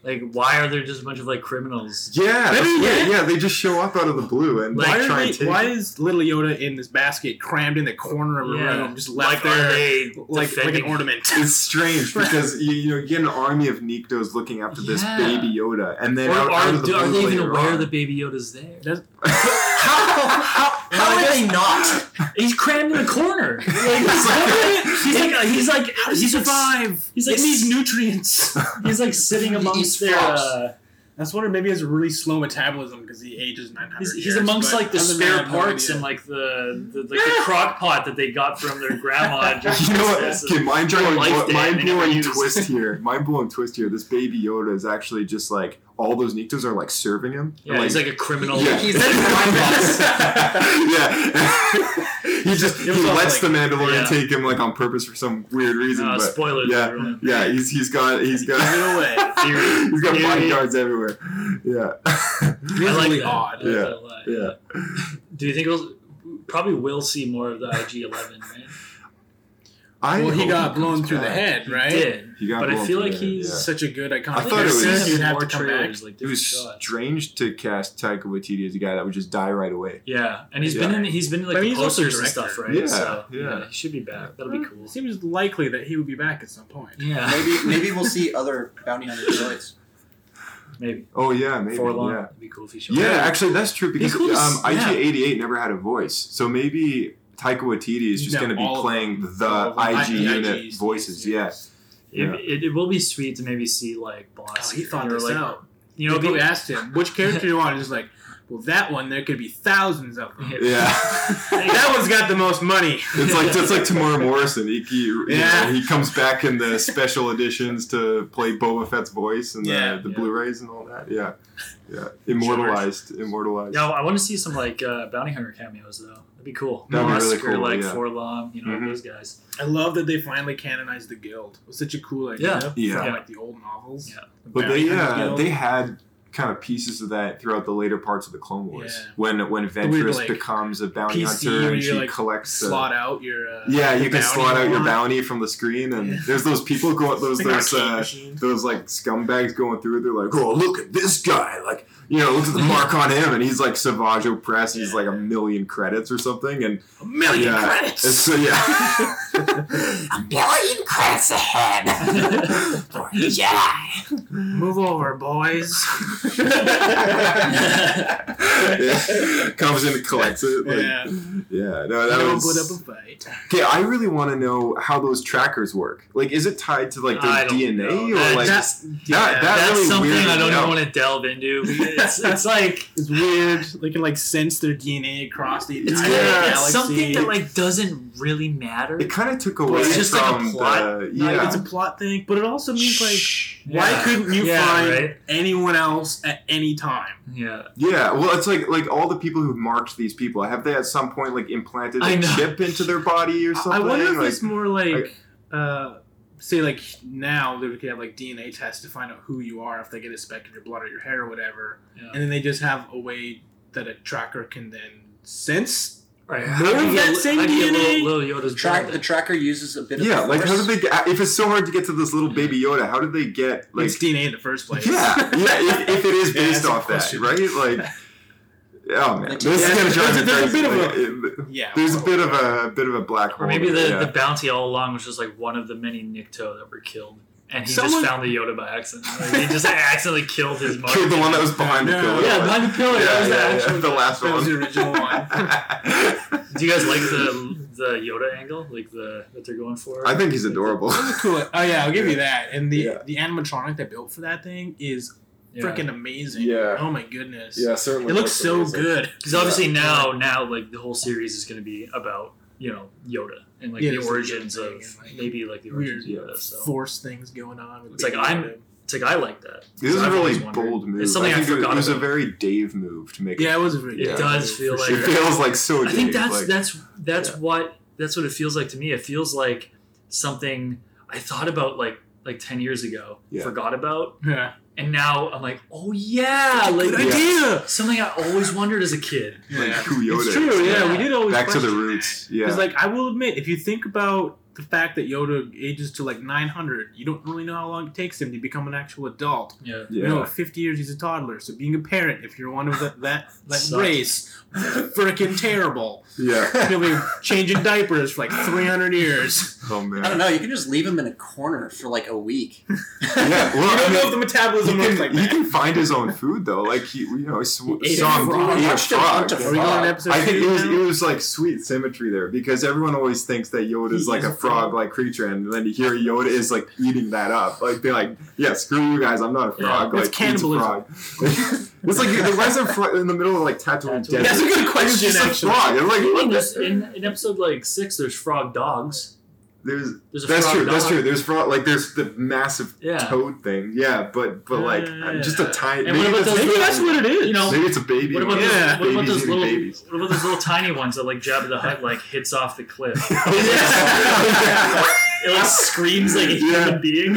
Like, why are there just a bunch of like criminals?
yeah, that's
Maybe,
weird.
yeah.
yeah. They just show up out of the blue and
Like,
like,
why,
try
are
and
they,
take.
why is Little Yoda in this basket crammed in the corner of a
Yeah.
room, just left
like, are
there,
they
like like an
defending-
ornament?
[laughs] it's strange because you, you know you get an army of Niktos looking after this
Yeah.
baby Yoda, and then
Or
out, out
are,
of the
do- are
blue
they even
later
aware
on- [laughs]
the baby Yoda's there?
how how, how are they not?
He's crammed in a corner. [laughs] Like, he's like, [laughs] he's like, he's like, he's like, he's like,
It
he's,
needs
nutrients. [laughs] He's like sitting amongst
eats
their.
frogs.
Uh,
That's wondering maybe he has a really slow metabolism because he ages nine hundred.
he's, he's amongst like the spare parts and like the, the like the crock pot that they got from their grandma. [laughs] at
You know
Christmas.
what? Okay, mind blowing,
life day
mind
they never
blowing
used.
twist here. Mind blowing twist here. This baby Yoda is actually just like all those Niktos are like serving him.
Yeah, he's like a criminal.
Yeah.
He's like my boss.
[laughs]
[laughs] yeah. [laughs] he just he
It was all
lets
like-
the Mandalorian
yeah.
take him like on purpose for some weird reason.
Uh,
but
spoilers,
yeah,
everyone.
yeah. He's he's got he's got
[laughs] Theory.
he's got
Theory.
bodyguards everywhere. Yeah. [laughs]
I like
really
that.
odd.
I like
Yeah.
that a lot.
Yeah.
Do you think we'll probably will see more of the IG Eleven? Right?
I
Well, he
hope
got
comes
blown through the
back.
head, right?
Did
He got
but I
blown
feel
through the
like
head,
he's
yeah.
Such a good iconic.
I thought it was-
scene,
Seen
you'd have
more
to come back.
trailers, like
It
different
was
shots.
strange to cast Taika Waititi as a guy that would just die right away.
Yeah, and he's been
Yeah.
in he's been in like
But
the
he's also
posters and
director.
stuff, right?
Yeah,
so,
yeah.
he should be back. That'll be cool.
It seems likely that he would be back at some point.
Yeah,
Maybe maybe we'll see other bounty hunter droids.
maybe
Oh yeah, maybe.
for long.
Yeah.
It'd be cool if he showed
Yeah,
up.
actually, that's true because
cool to
um,
s- yeah.
IG88 never had a voice, so maybe Taika Waititi is just
No,
going to
all of
be
them.
playing
All
the
of them.
IG
I-
unit
IGs,
voices. Yeah,
yes.
Yeah.
It, it, it will be sweet to maybe see like
Oh,
boss.
he thought
or,
this
like,
out.
You
You know,
know,
people
be,
asked him which character you want. and He's like, well, that one. There could be thousands of them.
[laughs] yeah.
that one's got the most money.
it's like
[laughs]
it's like Tamora Morrison. He he, you
Yeah.
know, he comes back in the special editions to play Boba Fett's voice and
Yeah.
the, the
Yeah.
Blu-rays and all that. Yeah, yeah, immortalized, immortalized.
no, I want to see some like uh, bounty hunter cameos though. That'd be cool.
That'd be
Moss
really
or
cool,
like
yeah.
Forlom, you know
Mhm.
those guys.
I love that they finally canonized the guild. It was such a cool idea
Yeah.
from
Yeah.
like the old novels.
Yeah.
The
But they
Bounty Hunter
yeah,
Guild.
they had kind of pieces of that throughout the later parts of the Clone Wars.
Yeah.
When when
weird,
Ventress
like,
becomes a bounty
PC
hunter
where
and
you,
she
like,
collects the-
slot out your uh,
yeah,
the
you can
bounty
slot out your
want.
bounty from the screen, and
Yeah.
there's those people going those
It's like
those
arcade
uh,
machine.
those like scumbags going through. They're like, oh look at this guy, like you know, looks at the mark on him, and he's like Savage Press. He's like a million credits or something, and
A million
yeah,
credits.
it's- So
[laughs]
yeah,
Billion credits ahead.
[laughs]
yeah.
Move over,
[laughs]
boys. [laughs]
yeah, comes in and collects it. Like, yeah.
yeah.
no, that
no
was.
put up a fight.
Okay, I really want to know how those trackers work. Like, is it tied to like
I
their
don't
DNA or
know. That-
like
that's,
that
that's
really
something
weirded
I don't
me out.
even want to delve into. It's, it's like
It's weird. They can like sense their DNA across the
It's
entire
weird. Yeah.
galaxy.
it's something that like doesn't really matter.
it kind of took away
It's just like a
from
plot.
the
Like,
yeah.
it's a plot thing, but it also means like why
Yeah.
couldn't you
Yeah,
find
right?
anyone else at any time?
Yeah,
Yeah, well, it's like like all the people who've marked these people have they at some point like implanted
I
a
know.
chip into their body or
I
something?
wonder if
like,
it's more like uh, say like now they could have like DNA tests to find out who you are if they get a speck in your blood or your hair or whatever,
Yeah.
and then they just have a way that a tracker can then sense.
right.
Move that same DNA.
Little, little Yoda's
Track,
body.
the tracker uses a bit of
yeah,
the
like how
force.
did they? Get, if it's so hard to get to this little baby Yoda, how did they get like?
it's DNA in the first place. [laughs]
Yeah, yeah. If, if it is
Yeah,
based
that's a
off that,
question.
right? Like, oh man,
Like,
this is
yeah,
gonna drive
there's a-
me
there's a
crazy.
bit of
Like, it-
yeah.
there's a
well,
bit of a bit of a black hole.
or maybe the,
there, yeah.
the bounty all along was just like one of the many Nikto that were killed, and he
Someone-
just found the Yoda by accident. Like, he just accidentally
[laughs]
killed his mother.
killed the one that was behind the
Yeah,
pillar.
yeah, behind the pillar.
yeah,
that was
yeah,
the
yeah,
actual-
the last
that was the
one.
original one.
[laughs]
Do you guys like the the Yoda angle, like the that they're going for?
I think he's adorable.
cool. Oh yeah, I'll give you that. And the
Yeah.
the animatronic they built for that thing is
Yeah.
freaking amazing.
Yeah.
Oh my goodness.
certainly.
It looks so good.
Because obviously now, now like the whole series is going to be about you know Yoda and like
Yeah,
the
it's the
origins
Yoda
of
thing and, like,
maybe like the origins of Yoda. So
Force things going on. with
It's like
Baby
I'm-
Yoda.
it's like I like that.
This is
I've
a really
always wondered-
bold move.
It's something
I
I,
think it was-
forgot
it was a
about.
very Dave move to make.
Yeah, it
it,
was a really
It
good
does
movie, for
feel like-
sure.
[laughs] it feels like so.
I think
Dave,
that's
like,
that's that's
yeah.
what that's what it feels like to me. It feels like something I thought about like like ten years ago,
Yeah.
forgot about,
[laughs] Yeah.
and now I'm like, oh yeah, like
Good
Yeah.
idea.
something I always wondered as a kid.
like
Yeah.
who Yoda
It's true.
is.
Yeah,
Yeah.
we did always
Back to the
question
roots,
that.
yeah.
like I will admit, if you think about the fact that Yoda ages to like 900, you don't really know how long it takes him to become an actual adult.
Yeah.
Yeah.
No, 50 years he's a toddler. So being a parent, if you're one of that that, that
Sucks.
race, freaking terrible. [laughs]
yeah.
He'll be changing diapers for like 300 years.
Oh man.
I don't know. You can just leave him in a corner for like a week.
Yeah. Well, I mean,
metabolism
he can, he can find his own food though. Like he, you know, he sw-
ate a
saw him
frog.
eat a
Watched him
frog.
eat a
Are we going on episode
I think
two
it was,
now?
it was like sweet symmetry there because everyone always thinks that Yoda is
He
like
is
a
a frog.
frog like creature, and then you hear Yoda is like eating that up. Like they're like, yeah, screw you guys, I'm not a frog.
Yeah,
like
it's cannibalism.
It's, [laughs] it's like the why is there a frog in the middle of like Tatooine
Tatooine.
Desert?
That's
a good
It's
question,
just a
actually.
frog. They're like,
I mean,
what the-
there's, in, in episode like six, there's frog dogs.
there's
There's a
that's
frog
true. That's
dog.
true. There's frog like there's the massive
Yeah.
toad thing. Yeah, but but like
Yeah.
just a tiny.
And what about those
Maybe
little-
that's what it is.
You know,
Maybe it's a baby.
What about
Yeah.
those, what about
Babies
those
eating
little
babies.
what about those little tiny ones that like Jabba the Hutt like hits off the cliff?
Yeah.
It like screams like a
Yeah.
human being.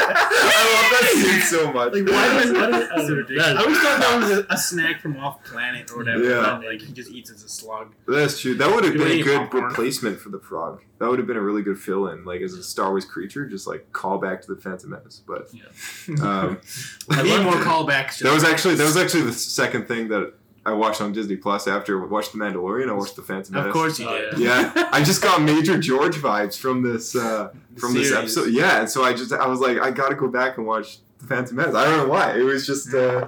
I love that scene so much.
Like why does why does- I don't know.
I
That-
always thought that was a, a snack from off planet or whatever.
Yeah.
and, like he just eats as a slug.
That's true. That would have
You
been a
eat
good
popcorn.
replacement for the frog. That would have been a really good fill-in, like as a Star Wars creature, just like call back to the Phantom Menace. But
[laughs]
um,
I need more callbacks.
That was actually that was actually the second thing that I watched on Disney Plus after I watched The Mandalorian. I watched The Phantom Menace.
Of course you
Oh,
did.
Yeah, I just got major George vibes from this uh, from this
Series.
episode. Yeah, and so I just I was like, I gotta go back and watch The Phantom Menace. I don't know why. It was just uh,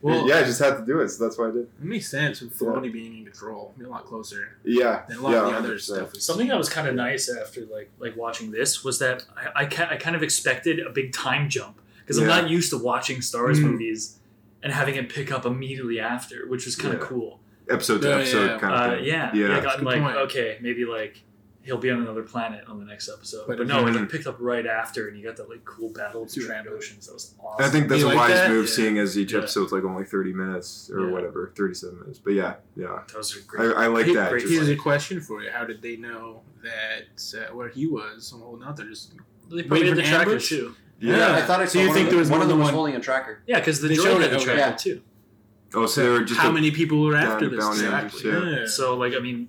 Well,
yeah, I just had to do it, so that's why I did.
it makes sense with Filoni being in control. Be a lot closer
Yeah,
than a lot
yeah,
of the other
100%.
stuff. we've
Something
seen.
that was kind of nice after like like watching this was that I I, ca- I kind of expected a big time jump because I'm
Yeah.
not used to watching Star Wars
Mm.
movies and having it pick up immediately after, which was kind of
Yeah.
cool.
Episode to
Yeah,
episode
yeah.
kind of
Uh,
thing.
yeah,
Yeah.
I got
Good
like
point.
okay, maybe like he'll be on another planet on the next episode, but,
But
no, it like,
Mhm.
picked up right after, and you got that like cool battle
Dude.
between oceans. That was awesome.
I think that's
You
a
like
wise
that?
move,
Yeah.
seeing as each
Yeah.
episode's like only thirty minutes or
Yeah.
whatever, thirty-seven minutes. But yeah, yeah,
that was a
I,
great.
I like
Here-
that. Just
Here's
like-
a question for you: How did they know that uh, where he was? Oh, not they're just
They
Wait
probably
for
had the
an
tracker
ambush?
too.
yeah.
I thought I
So
saw
you
one
think there
of them,
was
one
more
of
than
them was
one?
holding a tracker.
Yeah, because the
They showed
droid had
it,
the
okay.
tracker
Yeah.
too.
Oh, so they were just
how
a-
many people were
down
after
to
this?
bounty
Exactly.
hunters,
Yeah.
So like I mean,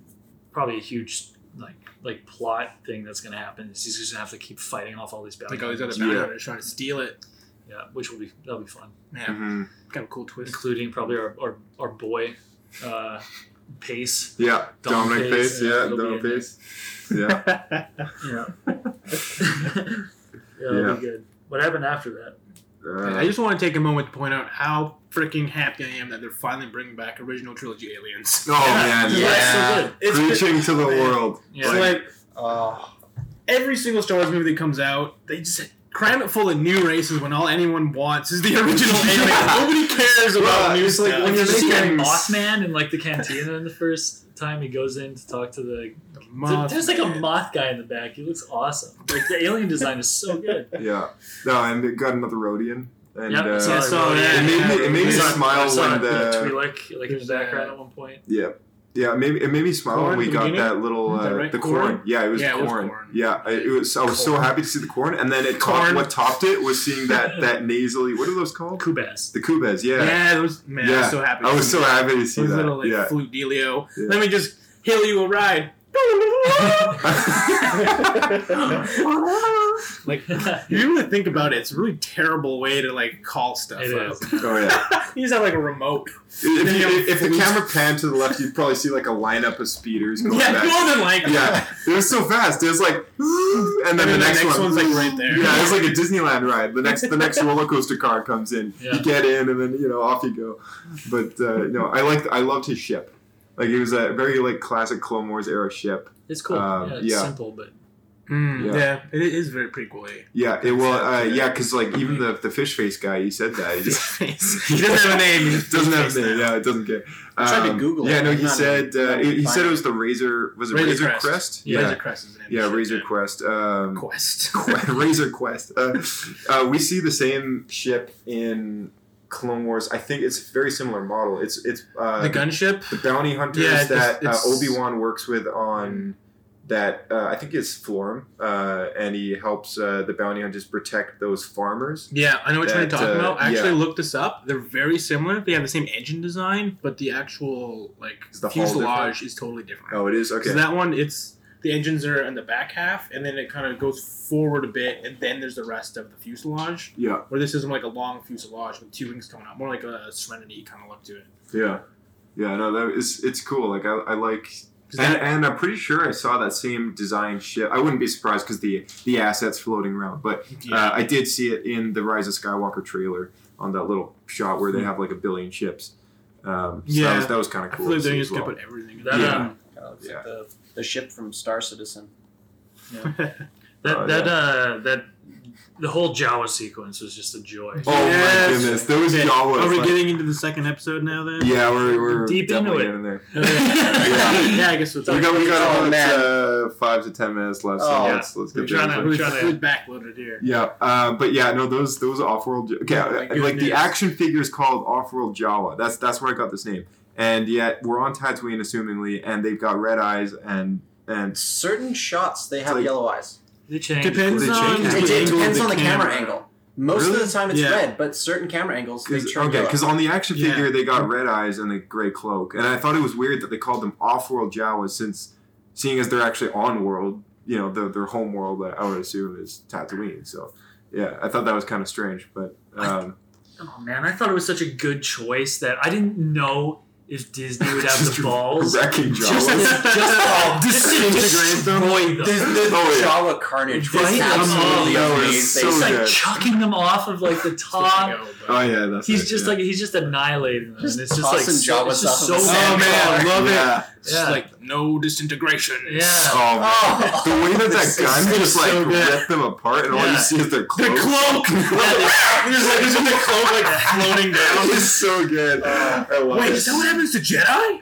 probably a huge like like plot thing that's gonna happen is he's just gonna have to keep fighting off all these bounty.
like oh, all these other
hunters.
bounty
Yeah.
hunters trying to steal it.
yeah, which will be that'll be fun,
Yeah,
hmm
kind of cool twist.
including probably our our, our boy, uh, Pace.
Yeah,
Dom
Dominic
Pace,
Pace.
yeah,
Yeah,
it'll be
Dominic
in
Pace. [laughs]
[laughs]
Yeah.
Yeah, yeah, that'll
Yeah.
be good. What happened after that?
[laughs] I
Uh,
just want to take a moment to point out how freaking happy I am that they're finally bringing back original trilogy aliens.
[laughs] oh man,
Yeah, it's so
Yeah.
good.
It's
preaching
[laughs]
to the world.
[laughs] Yeah.
So like uh, every single Star Wars movie that comes out, they just cram it full of new races when all anyone wants is the [laughs]
[laughs]
original alien. Nobody cares about
Well,
new
it's like
stuff.
when you're
Did you see that
making-
Mothman in like the cantina in the first time he goes in to talk to the.
Moth-
There's like a moth guy in the back. He looks awesome. Like the alien design is so good.
Yeah. No, and it got another Rhodian. [laughs] And
Yep,
uh,
so I
I saw
wrote
that.
It made me- it made me
I saw-
smile
I saw
when
it,
the-
yeah, Twi'lek, like in the
There's that-
background at one point.
yeah. Yeah, maybe it made me smile
Corn
when we
in the
got
beginning?
that little
Is
uh,
that right?
the corn.
Corn?
Yeah, it was
Yeah, it was
corn.
corn.
Yeah, I, it was. I was so happy to see the corn, and then it
Corn.
topped, what topped it was
[laughs]
seeing that that nasally. What are those called?
Kubas. [laughs]
The kubas.
yeah,
Yeah,
those man, I was so happy.
I
to
was
see
so
that.
happy to see
Those
that.
little like [laughs]
yeah.
flute dealio.
Yeah.
Let me just hill you a
[laughs]
ride.
Oh,
like if you really think about it, it's a really terrible way to like call stuff
It
up.
is.
oh yeah.
[laughs] you just have like a remote.
If, you-
Then you have
if the
flutes.
camera panned to the left, you'd probably see like a lineup of speeders
[laughs]
going
yeah,
back.
more than likely.
Yeah, it was so fast. It was like, [gasps] and then, the, next one,
one's like
[laughs]
right there.
Yeah, it's like a Disneyland ride. The next the next roller coaster car comes in.
Yeah.
You get in, and then you know off you go. But uh, no, I liked I loved his ship. Like it was a very like classic Clone Wars era ship.
It's cool.
Um,
yeah, it's
yeah.
simple, but
[laughs] Mm,
Yeah.
yeah. it is very pretty cool. [laughs] eh?
Yeah, it well, uh, yeah, because like even the the fish face guy, he said that he
[laughs]
just
he
[laughs]
doesn't have a name. He just
doesn't have
face
a name.
now.
Yeah, it doesn't care.
I tried to
Um,
Google
Yeah,
it.
no,
I'm
he
not
said
able-
uh,
not able to
he said
find
it was the Razor was it
Razor
Razor
Crest.
Crest?
Yeah.
Yeah,
Razor Crest is the name.
yeah, Razor Crest. Um,
Quest.
Razor Quest. Uh, uh, we see the same ship in Clone Wars. I think it's a very similar model. It's it's uh,
[laughs] the gunship.
the bounty hunters
Yeah, it's-
that uh,
it's-
Obi Wan works with on that. Uh, I think it's Florum, uh, and he helps uh, the bounty hunters protect those farmers.
Yeah, I know which one you're
That,
talking
uh,
about. I actually
yeah.
looked this up. They're very similar. They have the same engine design, but the actual like
Is the hull
fuselage is totally different.
Oh, it is okay.
Because that one, it's the engines are in the back half, and then it kind of goes forward a bit, and then there's the rest of the fuselage.
yeah,
Where this isn't like a long fuselage with two wings coming out, more like a Serenity kind of look to it.
yeah, yeah. No, that is it's cool. Like I, I like
'Cause
And,
that-
and I'm pretty sure I saw that same design ship. I wouldn't be surprised because the the assets floating around, but uh, I did see it in the Rise of Skywalker trailer on that little shot where they have like a billion ships. Um, so that
Hmm. Yeah.
was, that was kind of
I
cool.
feel like
to
they're
see
just
as
gonna
well.
put everything. in
that
there.
Yeah.
um,
Uh, it's
Yeah.
like the, the ship from Star Citizen.
that
Oh,
that uh that the whole Jawa sequence was just a joy.
Oh
Yes.
my goodness, there was
Okay,
Jawas.
Are we
like-
getting [laughs] into the second episode now? Then. [laughs]
Yeah, we're, we're
Deep
definitely
into it.
getting there.
yeah.
yeah, I guess we'll talk
we got we got
Oh,
about
man.
uh, five to ten minutes left. So
Oh.
let's let's
We're
get
trying
there.
to-
We've,
Tryna-
we've backloaded here.
Yeah, uh, but yeah, no, those those off-world. Okay,
Oh my
uh, like
goodness.
the action figure is called Off-World Jawa. That's that's where I got this name. And yet we're on Tatooine, assumingly, and they've got red eyes and and
Certain shots they have
Like-
yellow eyes.
They changed.
Depends
They
on
changed
the
it.
It,
Angle
it
angle of
depends
the
on the camera,
camera.
angle. Most
Really?
of the time it's
Yeah.
red, but certain camera angles they
Cause,
turn
okay,
yellow.
because on the action
Yeah.
figure they got red eyes and a gray cloak, and I thought it was weird that they called them off-world Jawas, since seeing as they're actually on-world, you know, their, their home world I would assume is Tatooine. So yeah, I thought that was kind of strange, but um,
Oh man, I thought it was such a good choice that I didn't know if Disney would have
Just
the
[laughs]
balls.
wrecking
[laughs]
Jawas.
oh,
disintegrate them.
There's the
Oh, yeah.
Jawa carnage was
Right?
absolutely
Oh, that was
amazing.
so
He's like
good.
chucking them off of like the top.
oh yeah, that's
He's
it,
just
yeah.
like he's just annihilating them. and it's just like
tossing
so,
Jawas
it's just
off
so
of the
bad.
sand.
Oh man, I love it.
yeah.
It's just
Yeah.
like no disintegration.
Yeah.
Oh, man.
Oh.
the way that that
This is
gun just like
so good.
ripped them apart, and all
Yeah.
you see is their cloak.
[laughs]
cloak. There's like there's the cloak like floating
That
down.
was so good. I love
Wait,
it.
is that what happens to Jedi?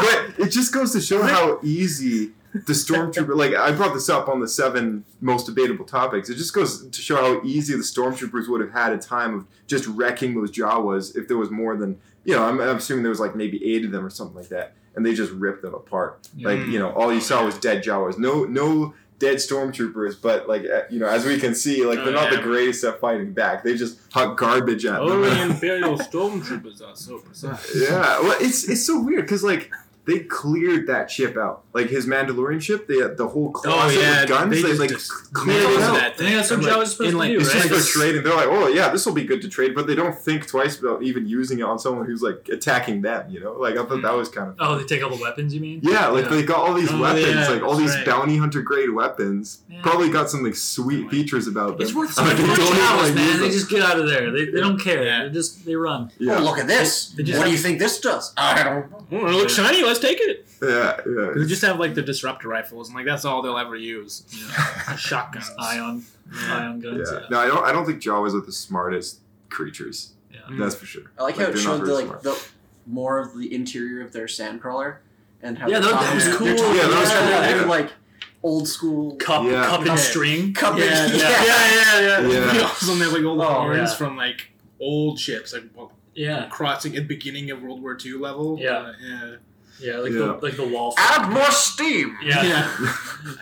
but it just goes to show how easy the stormtrooper like i brought this up on the seven most debatable topics it just goes to show how easy the stormtroopers would have had a time of just wrecking those jawas if there was more than you know i'm, I'm assuming there was like maybe eight of them or something like that and they just ripped them apart like you know all you saw was dead jawas no no dead stormtroopers but like uh, you know as we can see like they're
Oh,
not
yeah. Oh,
the greatest at fighting back they just huck garbage [laughs] at them
[laughs] Imperial stormtroopers are so precise.
yeah, well, it's it's so weird because like They cleared that ship out, like his Mandalorian ship. They the whole closet
Oh, yeah,
with guns.
they
They,
just
like
dis-
cleared it out.
that
I think that's what
I'm
Jawa's
like,
supposed
in,
to
like,
do,
It's
right?
just for trading. They're like, oh yeah, this will be good to trade, but they don't think twice about even using it on someone who's like attacking them. You know, like I thought that was kind of
[laughs] Oh, they take all the weapons. You mean?
yeah, like
Hmm. Yeah.
they got all these
Oh,
weapons,
yeah,
like all
that's
these
right.
bounty hunter grade weapons.
Yeah.
Probably got some like sweet features about them.
It's worth
I'm
like,
like, they don't even, like, use
man. They
them.
just get out of there. They, they don't care.
Yeah.
They just they [laughs] run.
yeah.
Oh, look at this.
They just
what do
have-
you think this does? I don't know.
Well, "Oh, it looks shiny. Let's take it.
yeah, yeah.
They just have like the disruptor rifles, and like that's all they'll ever use. You [laughs] know? Shotguns.
Ion, ion guns.
Yeah. No, I don't. I don't think Jawas are the smartest creatures.
Yeah.
Hmm.
That's for sure.
I like how
Like,
it
they're not
showed the,
very
like
smart.
the more of the interior of their sandcrawler and how
Yeah,
the
that-
top
that
is-
was
they're
cool.
talking
Yeah, that was
about
cool,
having,
yeah.
like old school
Cup,
Yeah.
cup and
Yeah.
string.
cup
Yeah,
[laughs] and-
yeah, yeah, yeah.
Yeah.
They [laughs] also have like old
Oh,
horns
yeah.
from like old ships, like well,
Yeah,
crossing at beginning of World War II level.
Yeah.
Uh, yeah.
yeah, like
Yeah.
the like the wall.
Add more steam.
Ah! Yeah.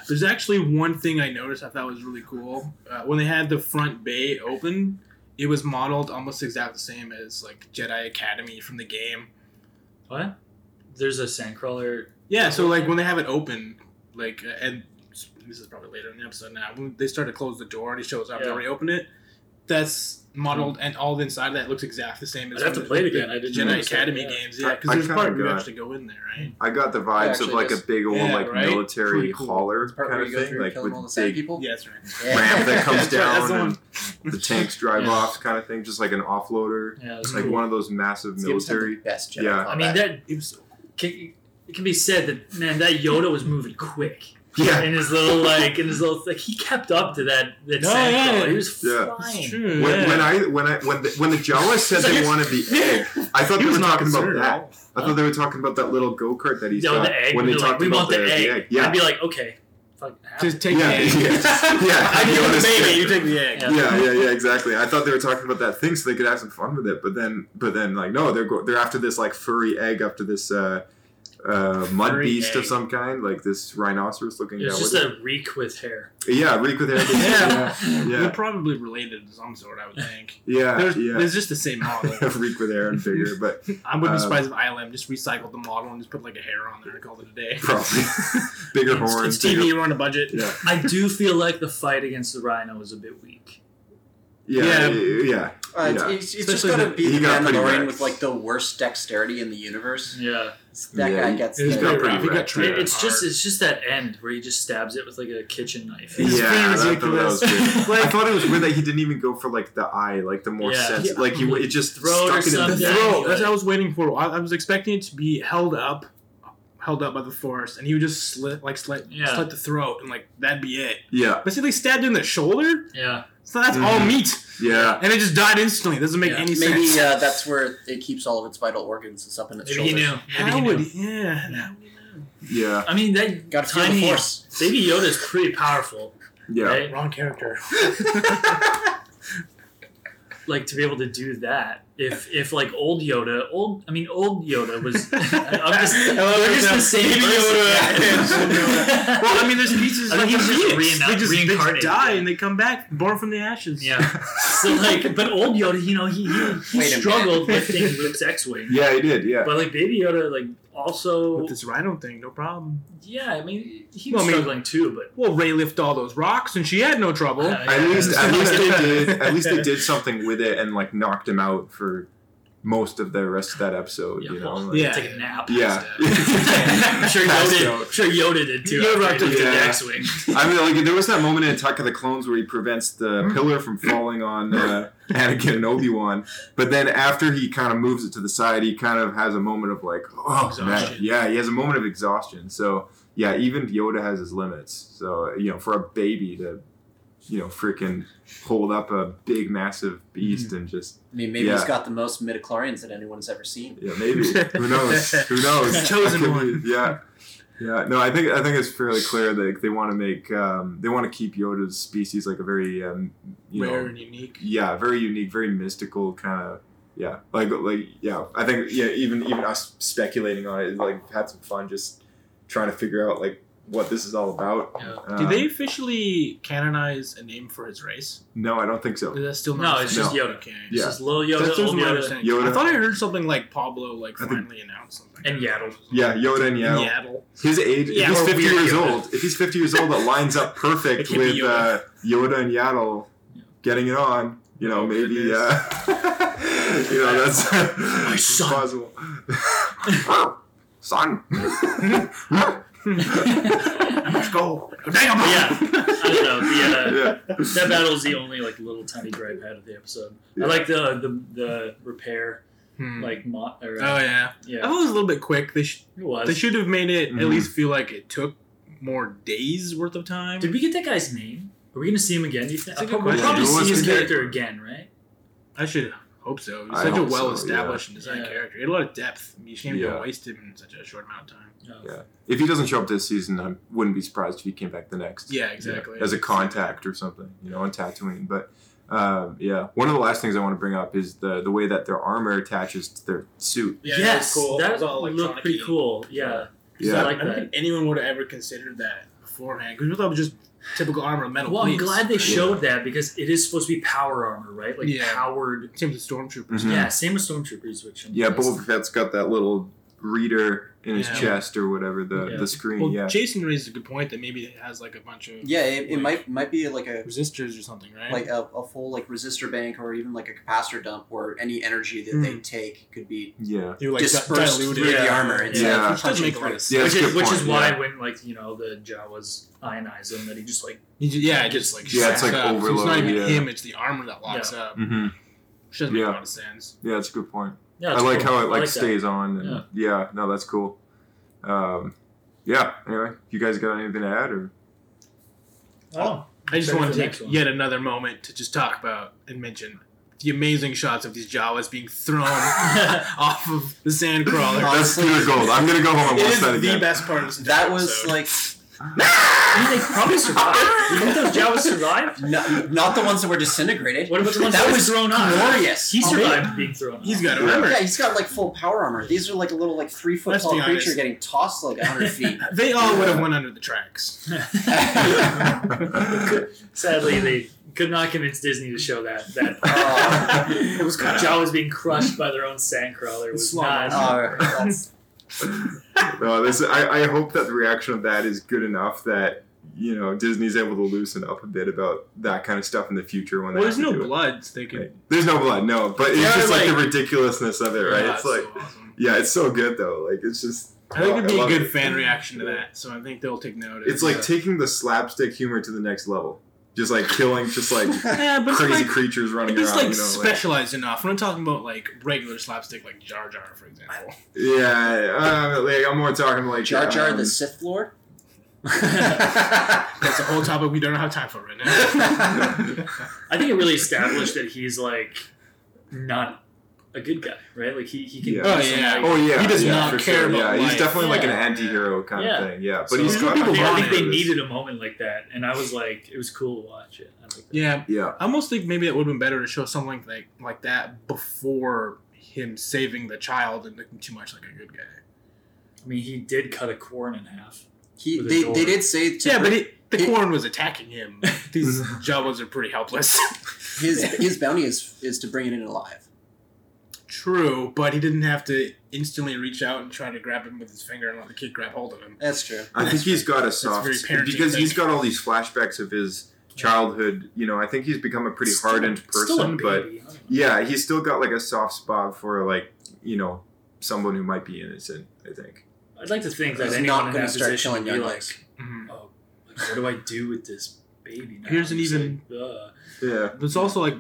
There's actually one thing I noticed I thought was really cool. Uh, when they had the front bay open, it was modeled almost exact the same as like Jedi Academy from the game.
What? There's a sandcrawler.
Yeah, so like when they have it open, like uh, and this is probably later in the episode now. When they start to close the door and he shows up,
Yeah.
they reopen it. That's modeled and all the inside of that looks exactly the same. as
I'd
from
have to
the-
play it
the
again. I didn't
Jedi
notice that,
Academy
yeah.
games, yeah, because
I- I
there's
kinda
part where you
got-
actually go in there, right?
I got the vibes of
actually
like
just-
a big old
Yeah,
like
right?
military
Pretty cool.
hauler
Part where
kind
you
of
go
thing,
through and
like
kill them all the
with
sand
big
people.
Yeah, that's right.
Yeah.
ramp
[laughs]
that comes
That's right, that's
down
the
and the tanks drive
Yeah.
off kind of thing, just like an offloader.
Yeah,
It's
it's
like
cool.
one of those massive
Let's give us
military.
the best Jedi
Yeah.
I
combat.
mean that it was. Can, it can be said that man, that Yoda was moving quick.
Yeah.
in his little like in his little like he kept up to that that
No,
sand
yeah.
crawler. He was
Yeah.
flying.
It's true.
When,
yeah.
when I when I when the, when the Jawas said they wanted the egg, I thought
He
they
was
were
not
talking about
concerned at
that.
all.
I thought they were talking about that little go kart that he's
Yeah, with
got.
the egg.
When they
they're
talked
like, we
about
want the, egg.
yeah,
I'd be like, okay, fuck. half
Just
it.
take
Yeah,
the
[laughs]
egg.
yeah. Yeah,
[laughs] I give you
Yoda's
the baby,
character.
you take the egg.
Yeah.
yeah, yeah, yeah, exactly. I thought they were talking about that thing so they could have some fun with it, but then, but then, like, no, they're go- they're after this like furry egg, after this uh, uh, mud
Furry
beast
egg.
of some kind, like this rhinoceros looking.
It's
guy.
just
What-
a reek with hair.
yeah, really with hair.
Yeah. They're
yeah,
probably related to some sort, I would think.
yeah,
There's,
yeah.
there's just the same
[laughs]
model.
Reek with hair and figure, but
I wouldn't
Um,
be surprised if ILM just recycled the model and just put like a hair on there and called it a day.
probably bigger horns.
[laughs] It's TV,
bigger-
we're on a budget.
Yeah.
I do feel like the fight against the rhino was a bit weak.
Yeah, yeah,
Yeah.
yeah.
Uh, it's,
Yeah.
it's, it's just
Especially
gonna
the-
be
He
the
got pretty
Mandalorian
wrecked.
with like the worst dexterity in the universe.
Yeah,
That
Yeah,
guy
he-
gets
he's
the-
got
pretty
rough. He got
wrecked,
tricked.
yeah.
it's just it's just that end where he just stabs it with like a kitchen knife.
Yeah,
It's pretty
that- that
ridiculous.
was weird.
[laughs]
I
Like-
thought it was weird that he didn't even go for like the eye, like the more
Yeah.
sensitive. Like he, it just
Throat or
stuck it in
something.
the
Bro,
Yeah.
that's what I was waiting for. I, I was expecting it to be held up, held up by the force, and he would just slit like slit,
Yeah.
slit the throat, and like that'd be it.
Yeah,
But see, they stabbed in the shoulder,
Yeah,
so that's all
Mhm.
meat,
yeah.
and it just died instantly. Doesn't make
Yeah.
any
Maybe
sense.
uh, that's where it keeps all of its vital organs is up in its
maybe he
shoulders.
knew. Maybe
how
he
would?
knew.
He, yeah. yeah.
Yeah,
I mean, that
Gotta feel the
tiny
force.
Baby Yoda's pretty powerful,
yeah, [laughs]
right?
Wrong character.
Like to be able to do that. If if like old Yoda, old I mean old Yoda
[laughs]
was. [laughs] I'm just,
I love
they're
it
just
now.
the same
Baby
person.
Yoda
[laughs]
and
Yeah.
Well, I mean, there's pieces
I
like
think
he's
he's just
just,
reina-
they just they just
reincarnated,
die
yeah.
and they come back, born from the ashes.
Yeah. So like, but old Yoda, you know, he he, he
Wait a
struggled lifting Luke's X-wing.
yeah. He did. Yeah,
But like Baby Yoda, like also,
With this rhino thing, no problem.
yeah, I mean, he
Well, I
was
mean-
struggling too, but
Well, Ray lifted all those rocks, and she had no trouble.
Uh,
At
yeah.
least, at least
[laughs]
they did. At least they did something with it and like knocked him out for most of the rest of that episode.
Yeah,
You know,
well,
like,
um, yeah.
take a nap.
yeah.
[laughs] I'm sure
Passed
Yoda,
out.
I'm sure Yoda did too.
Yoda
after
rocked
he
it,
lifted the
yeah.
X-wing.
I mean, like there was that moment in Attack of the Clones where he prevents the pillar from falling on uh, Anakin and Obi Wan, but then after he kind of moves it to the side, he kind of has a moment of like, oh, man.
Exhaustion.
yeah, he has a moment of exhaustion. So yeah, even Yoda has his limits. So you know, for a baby to, you know, freaking hold up a big massive beast and just
I mean, maybe he's
Yeah.
got the most midichlorians that anyone's ever seen.
Yeah, maybe. [laughs] Who knows? Who
[laughs]
knows?
Chosen
I could
one.
be- yeah. Yeah. No, I think I think it's fairly clear that they want to make um, they want to keep Yoda's species like a very um, you
Rare
know
and unique.
yeah very unique, very mystical kind of yeah like like yeah I think yeah even even us speculating on it like had some fun just trying to figure out like what this is all about. Um,
Yeah. Did they officially canonize a name for his race?
No, I don't think so.
Is that still
No,
not
it's
just
Yoda.
Okay. [laughs]
It's
Yeah.
just little
That's
Yoda,
just
old
my
Yoda,
understanding.
Yoda.
I thought I heard something like Pablo like
I think-
finally announced something.
and Yaddle.
[laughs]
Yeah, Yoda and Yaddle.
Yaddle.
His age,
Yeah,
if he's
or
50
weird
years
Yoda.
old, if he's 50 years old, that lines up
[laughs] It
perfect
can be
with
Yoda.
Uh, Yoda and Yaddle getting it on. You know, maybe,
Oh, goodness.
uh, [laughs] you
[laughs]
know, that's it's
son.
possible. [laughs] son. Let's go.
Yeah, I don't know. The, uh,
[laughs] Yeah.
that battle is the only like little tiny gripe I had of the episode.
Yeah.
I like the the, the repair like mo- or, uh,
Hmm. Oh yeah. I
yeah,
thought it was a little bit quick. They sh-
it was.
they should have made it
Mhm.
at least feel like it took more days worth of time.
Did we get that guy's name? Are we gonna see him again? Do you think?
That's a good
I'll probably, we'll
question.
Yeah, who
probably see
was
his
the kid?
character again, right?
I should hope so. He's
I
such a
hope so,
well established and designed
Yeah.
character. He had a lot of depth. You can't
Yeah.
waste him in such a short amount of time.
No.
Yeah. If he doesn't show up this season, I wouldn't be surprised if he came back the next.
Yeah, exactly.
as a contact or something, you know, on Tatooine. But um, yeah, one of the last things I want to bring up is the the way that their armor attaches to their suit.
Yeah, that was
yes,
cool. It
that
was all
looked pretty
electronic-y.
cool. Yeah,
Yeah,
I like
I don't think
that.
anyone would have ever considered that beforehand because we thought it was just typical armor and metal.
Well, I'm
plates.
glad they showed that because it is supposed to be power armor, right? Like
Yeah.
powered.
Same with stormtroopers.
Mhm.
Yeah, same with stormtroopers, which I'm
yeah.
impressed.
Boba Fett's got that little reader in his
Yeah.
chest or whatever the
Yeah.
the Mm-hmm. screen.
Well,
yeah,
Jason raised a good point that maybe it has like a bunch of
Yeah, it, it might might be like a
resistors or something, right?
like a, a full like resistor bank or even like a capacitor dump where any energy that
Hmm.
they take could be
yeah,
you like
dispersed
diluted.
through the
Yeah.
armor instead
Yeah.
of
Which doesn't
punching
make a lot
through.
of sense.
yeah.
which
that's a
is
good
which
point,
is why
yeah.
when like you know the Jawas ionize him that he just like
You ju- Yeah, it just like
Yeah, it's
shacks
like
up. So It's not
overload,
even
yeah.
him; it's the armor that locks up.
hmm
Which doesn't make
Yeah.
a lot of sense.
yeah, that's a good point.
yeah.
I
it's
like
cool.
how it
I
like,
that.
stays on. And, yeah.
Yeah.
no, that's cool. Um, yeah. Anyway, you guys got anything to add or?
Oh,
I just
Sorry
want
for
to
the
take
next one.
yet another moment to just talk about and mention the amazing shots of these Jawas being
[laughs]
thrown off of the sandcrawler.
That's pure gold. I'm gonna go home and
It
watch
is
that
the
again.
best part of this entire
That was
episode.
like
I mean, they probably survived. You think those Jawas survived?
not, not the ones that were disintegrated.
What about the ones
That
that,
was
thrown on?
glorious.
He
Oh,
survived being thrown.
he's
on.
got to
Yeah.
remember.
Yeah, he's got like full power armor. These are like a little like three foot
Let's
tall
be
creature
honest.
getting tossed like hundred feet.
They all would have went under the tracks.
[laughs]
[laughs]
Sadly, they could not convince Disney to show that. That
Oh.
Uh, it was Jawas being crushed by their own sandcrawler was
Slow
not.
Oh, that's-
No, this I, I hope that the reaction of that is good enough that you know Disney's able to loosen up a bit about that kind of stuff in the future when
Well,
they
there's
have to
no
do it.
bloods. They could.
Right. There's no blood, no, but it's
Yeah,
just like, the
like-
ridiculousness of it, right?
Yeah,
it's like
so awesome.
yeah, it's so good though. Like it's just
I think
oh,
it'd be a
love
good
it.
fan reaction to that, so I think they'll take notice.
It's like taking the slapstick humor to the next level, just like killing, just like
yeah, [laughs] but it's
crazy
like,
creatures running
if it's
around.
like
you know, like,
specialized enough. We're not talking about like regular slapstick, like Jar Jar, for example.
yeah, uh, like I'm more talking like
Jar Jar
um,
the Sith Lord.
[laughs] That's a
[laughs]
whole topic we don't have time for right now.
[laughs] I think it really established that he's like not a good guy, right? Like he he can.
Yeah.
do
Oh,
some,
yeah.
like-
Oh yeah,
He does
yeah,
not
for
care
sure.
about
Yeah,
life.
he's definitely like an
Yeah.
anti-hero kind
Yeah.
of thing. Yeah, but
So
he's
I
got.
think- I think, I
want
think
it.
they needed a moment like that, and I was like, it was cool to watch it. I like that.
[laughs] yeah,
Yeah,
I almost think maybe it would have been better to show something like like that before him saving the child and looking too much like a good guy.
I mean, he did cut a corn in half.
He
With a
they,
door.
they did say to
yeah, but
bring-
it, the
it-
corn was attacking
[laughs]
him. These Jawas are pretty helpless. [laughs]
his his bounty is is to bring it in alive.
True, but he didn't have to instantly reach out and try to grab him with his finger and let the kid grab hold of him.
That's true.
I think he's got a soft
very parenting
because he's
thing.
got all these flashbacks of his childhood. You know, I think he's become a pretty
Still-
hardened
still a
person, but
baby, I don't know.
yeah, he's still got like a soft spot for like you know someone who might be innocent. I think.
I'd like to think that
He's
anyone
not
in
gonna
that
start
position
killing
would be
young
like,
guys.
Mhm.
oh, like, what do I do with this baby? Now?
Here's an
He's
even-
like, "Ugh."
Yeah,
There's also like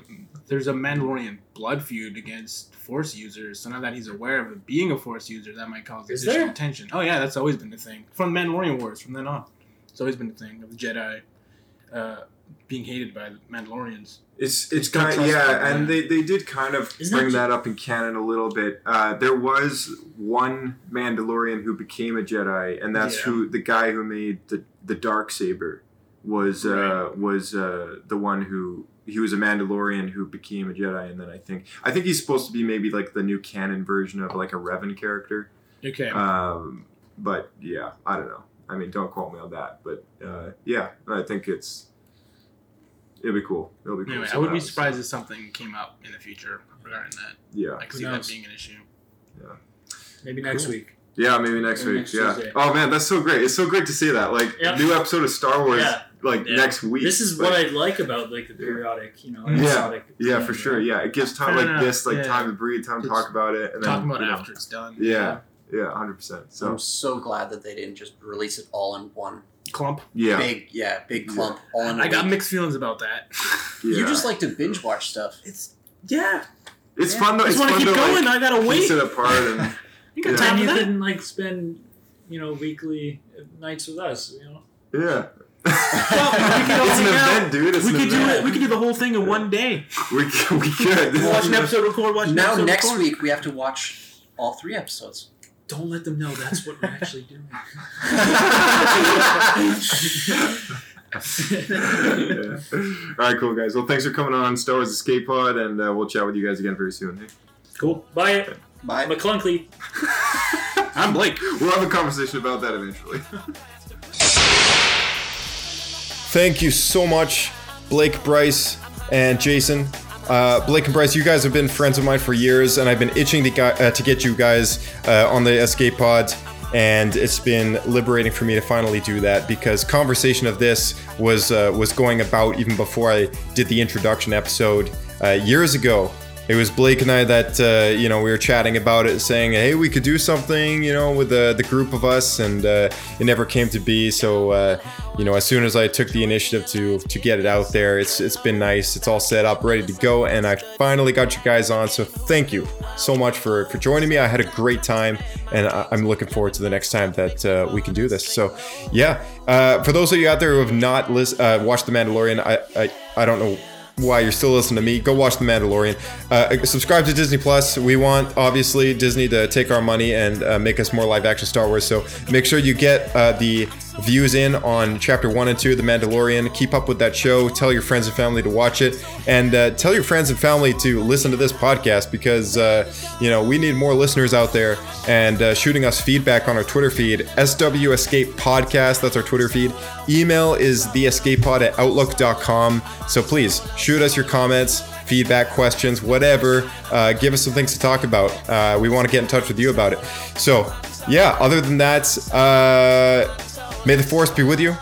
there's a Mandalorian blood feud against Force users. So now that he's aware of it being a Force user, that might cause
Is
additional
there?
tension. Oh yeah, that's always been the thing from Mandalorian Wars from then on. It's always been the thing of the Jedi uh, being hated by the Mandalorians.
it's
He's
it's
got
kind
trust in
yeah,
him,
and they they did kind of
Isn't
bring
that-
that up in canon a little bit. Uh, there was one Mandalorian who became a Jedi, and that's
Yeah.
who the guy who made the the dark saber was uh,
Right.
was uh, the one who he was a Mandalorian who became a Jedi, and then I think I think he's supposed to be maybe like the new canon version of like a Revan character.
Okay,
Um, but yeah, I don't know.
I mean, don't quote me on that, but uh, yeah, I think it's it'll be cool. It'll be cool.
Anyway, I wouldn't be
somehow.
surprised if something came up in the future regarding that.
Yeah,
I could
Who
see
knows?
that being an issue.
Maybe next week.
yeah, maybe next
Maybe
week.
next
yeah.
Tuesday.
Oh man, that's so great. It's so great to see that. Like
Yeah.
new episode of Star Wars,
Yeah.
like
Yeah.
next week.
This is
Like,
what I like about like the periodic, you know,
Yeah.
episodic.
Yeah,
thing,
for sure. Yeah, it gives time
Fair
like
enough.
this, like
Yeah.
time to breathe, time to
It's-
talk about it, and then
Talking about
you
it
know,
after it's done.
Yeah, yeah, hundred percent. So
I'm so glad that they didn't just release it all in one
Clump.
yeah,
big, yeah, big clump. All in. a
I got
week.
mixed feelings about that.
yeah.
You just like to binge watch stuff.
It's yeah.
it's fun though.
I
It's
just want
fun
to keep
to
going.
like
I gotta wait.
piece it apart and
You
Yeah.
got
And
time
you
for that?
couldn't like spend, you know, weekly nights with us. You know,
yeah.
Well, we could all
it's an
hang out.
event, dude. It's
We
an
could do
event.
it. We could do the whole thing in one day.
We could. We could.
Watch an episode, [laughs] record. Watch an
Now
episode,
next
record.
week we have to watch all three episodes.
don't let them know that's what we're actually
[laughs]
doing.
[laughs]
[laughs]
Yeah. All right, cool guys. Well, thanks for coming on Star Wars Escape Pod, and uh, we'll chat with you guys again very soon. eh? Hey?
Cool. Bye,
Bye.
McClunkey.
I'm Blake. We'll have a conversation about that eventually. [laughs]
Thank you so much, Blake, Bryce, and Jason. Uh, Blake and Bryce, you guys have been friends of mine for years, and I've been itching to, gu- uh, to get you guys uh, on the Escape Pod, and it's been liberating for me to finally do that because conversation of this was uh, was going about even before I did the introduction episode uh, years ago. It was Blake and I that uh, you know we were chatting about it, saying, "Hey, we could do something," you know, with uh, the, the group of us, and uh, it never came to be. So uh, you know, as soon as I took the initiative to to get it out there, it's it's been nice. It's all set up, ready to go, and I finally got you guys on. So thank you so much for for joining me. I had a great time, and I, I'm looking forward to the next time that uh, we can do this. So yeah, uh, for those of you out there who have not lis- uh, watched The Mandalorian, I I, I don't know why you're still listening to me, go watch The Mandalorian. Uh, subscribe to Disney Plus. We want obviously Disney to take our money and uh, make us more live-action Star Wars. So make sure you get uh, the views in on Chapter One and Two of The Mandalorian. Keep up with that show. Tell your friends and family to watch it, and uh, tell your friends and family to listen to this podcast because uh, you know we need more listeners out there and uh, shooting us feedback on our Twitter feed. SW Escape Podcast. That's our Twitter feed. Email is theescapepod at outlook.com. So please shoot us your comments, feedback, questions, whatever. Uh, give us some things to talk about. Uh, we want to get in touch with you about it. So, yeah, other than that, uh, may the force be with you.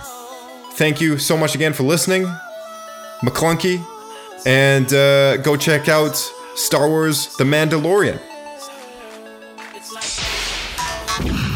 Thank you so much again for listening. McClunky. And uh, go check out Star Wars The Mandalorian.
It's like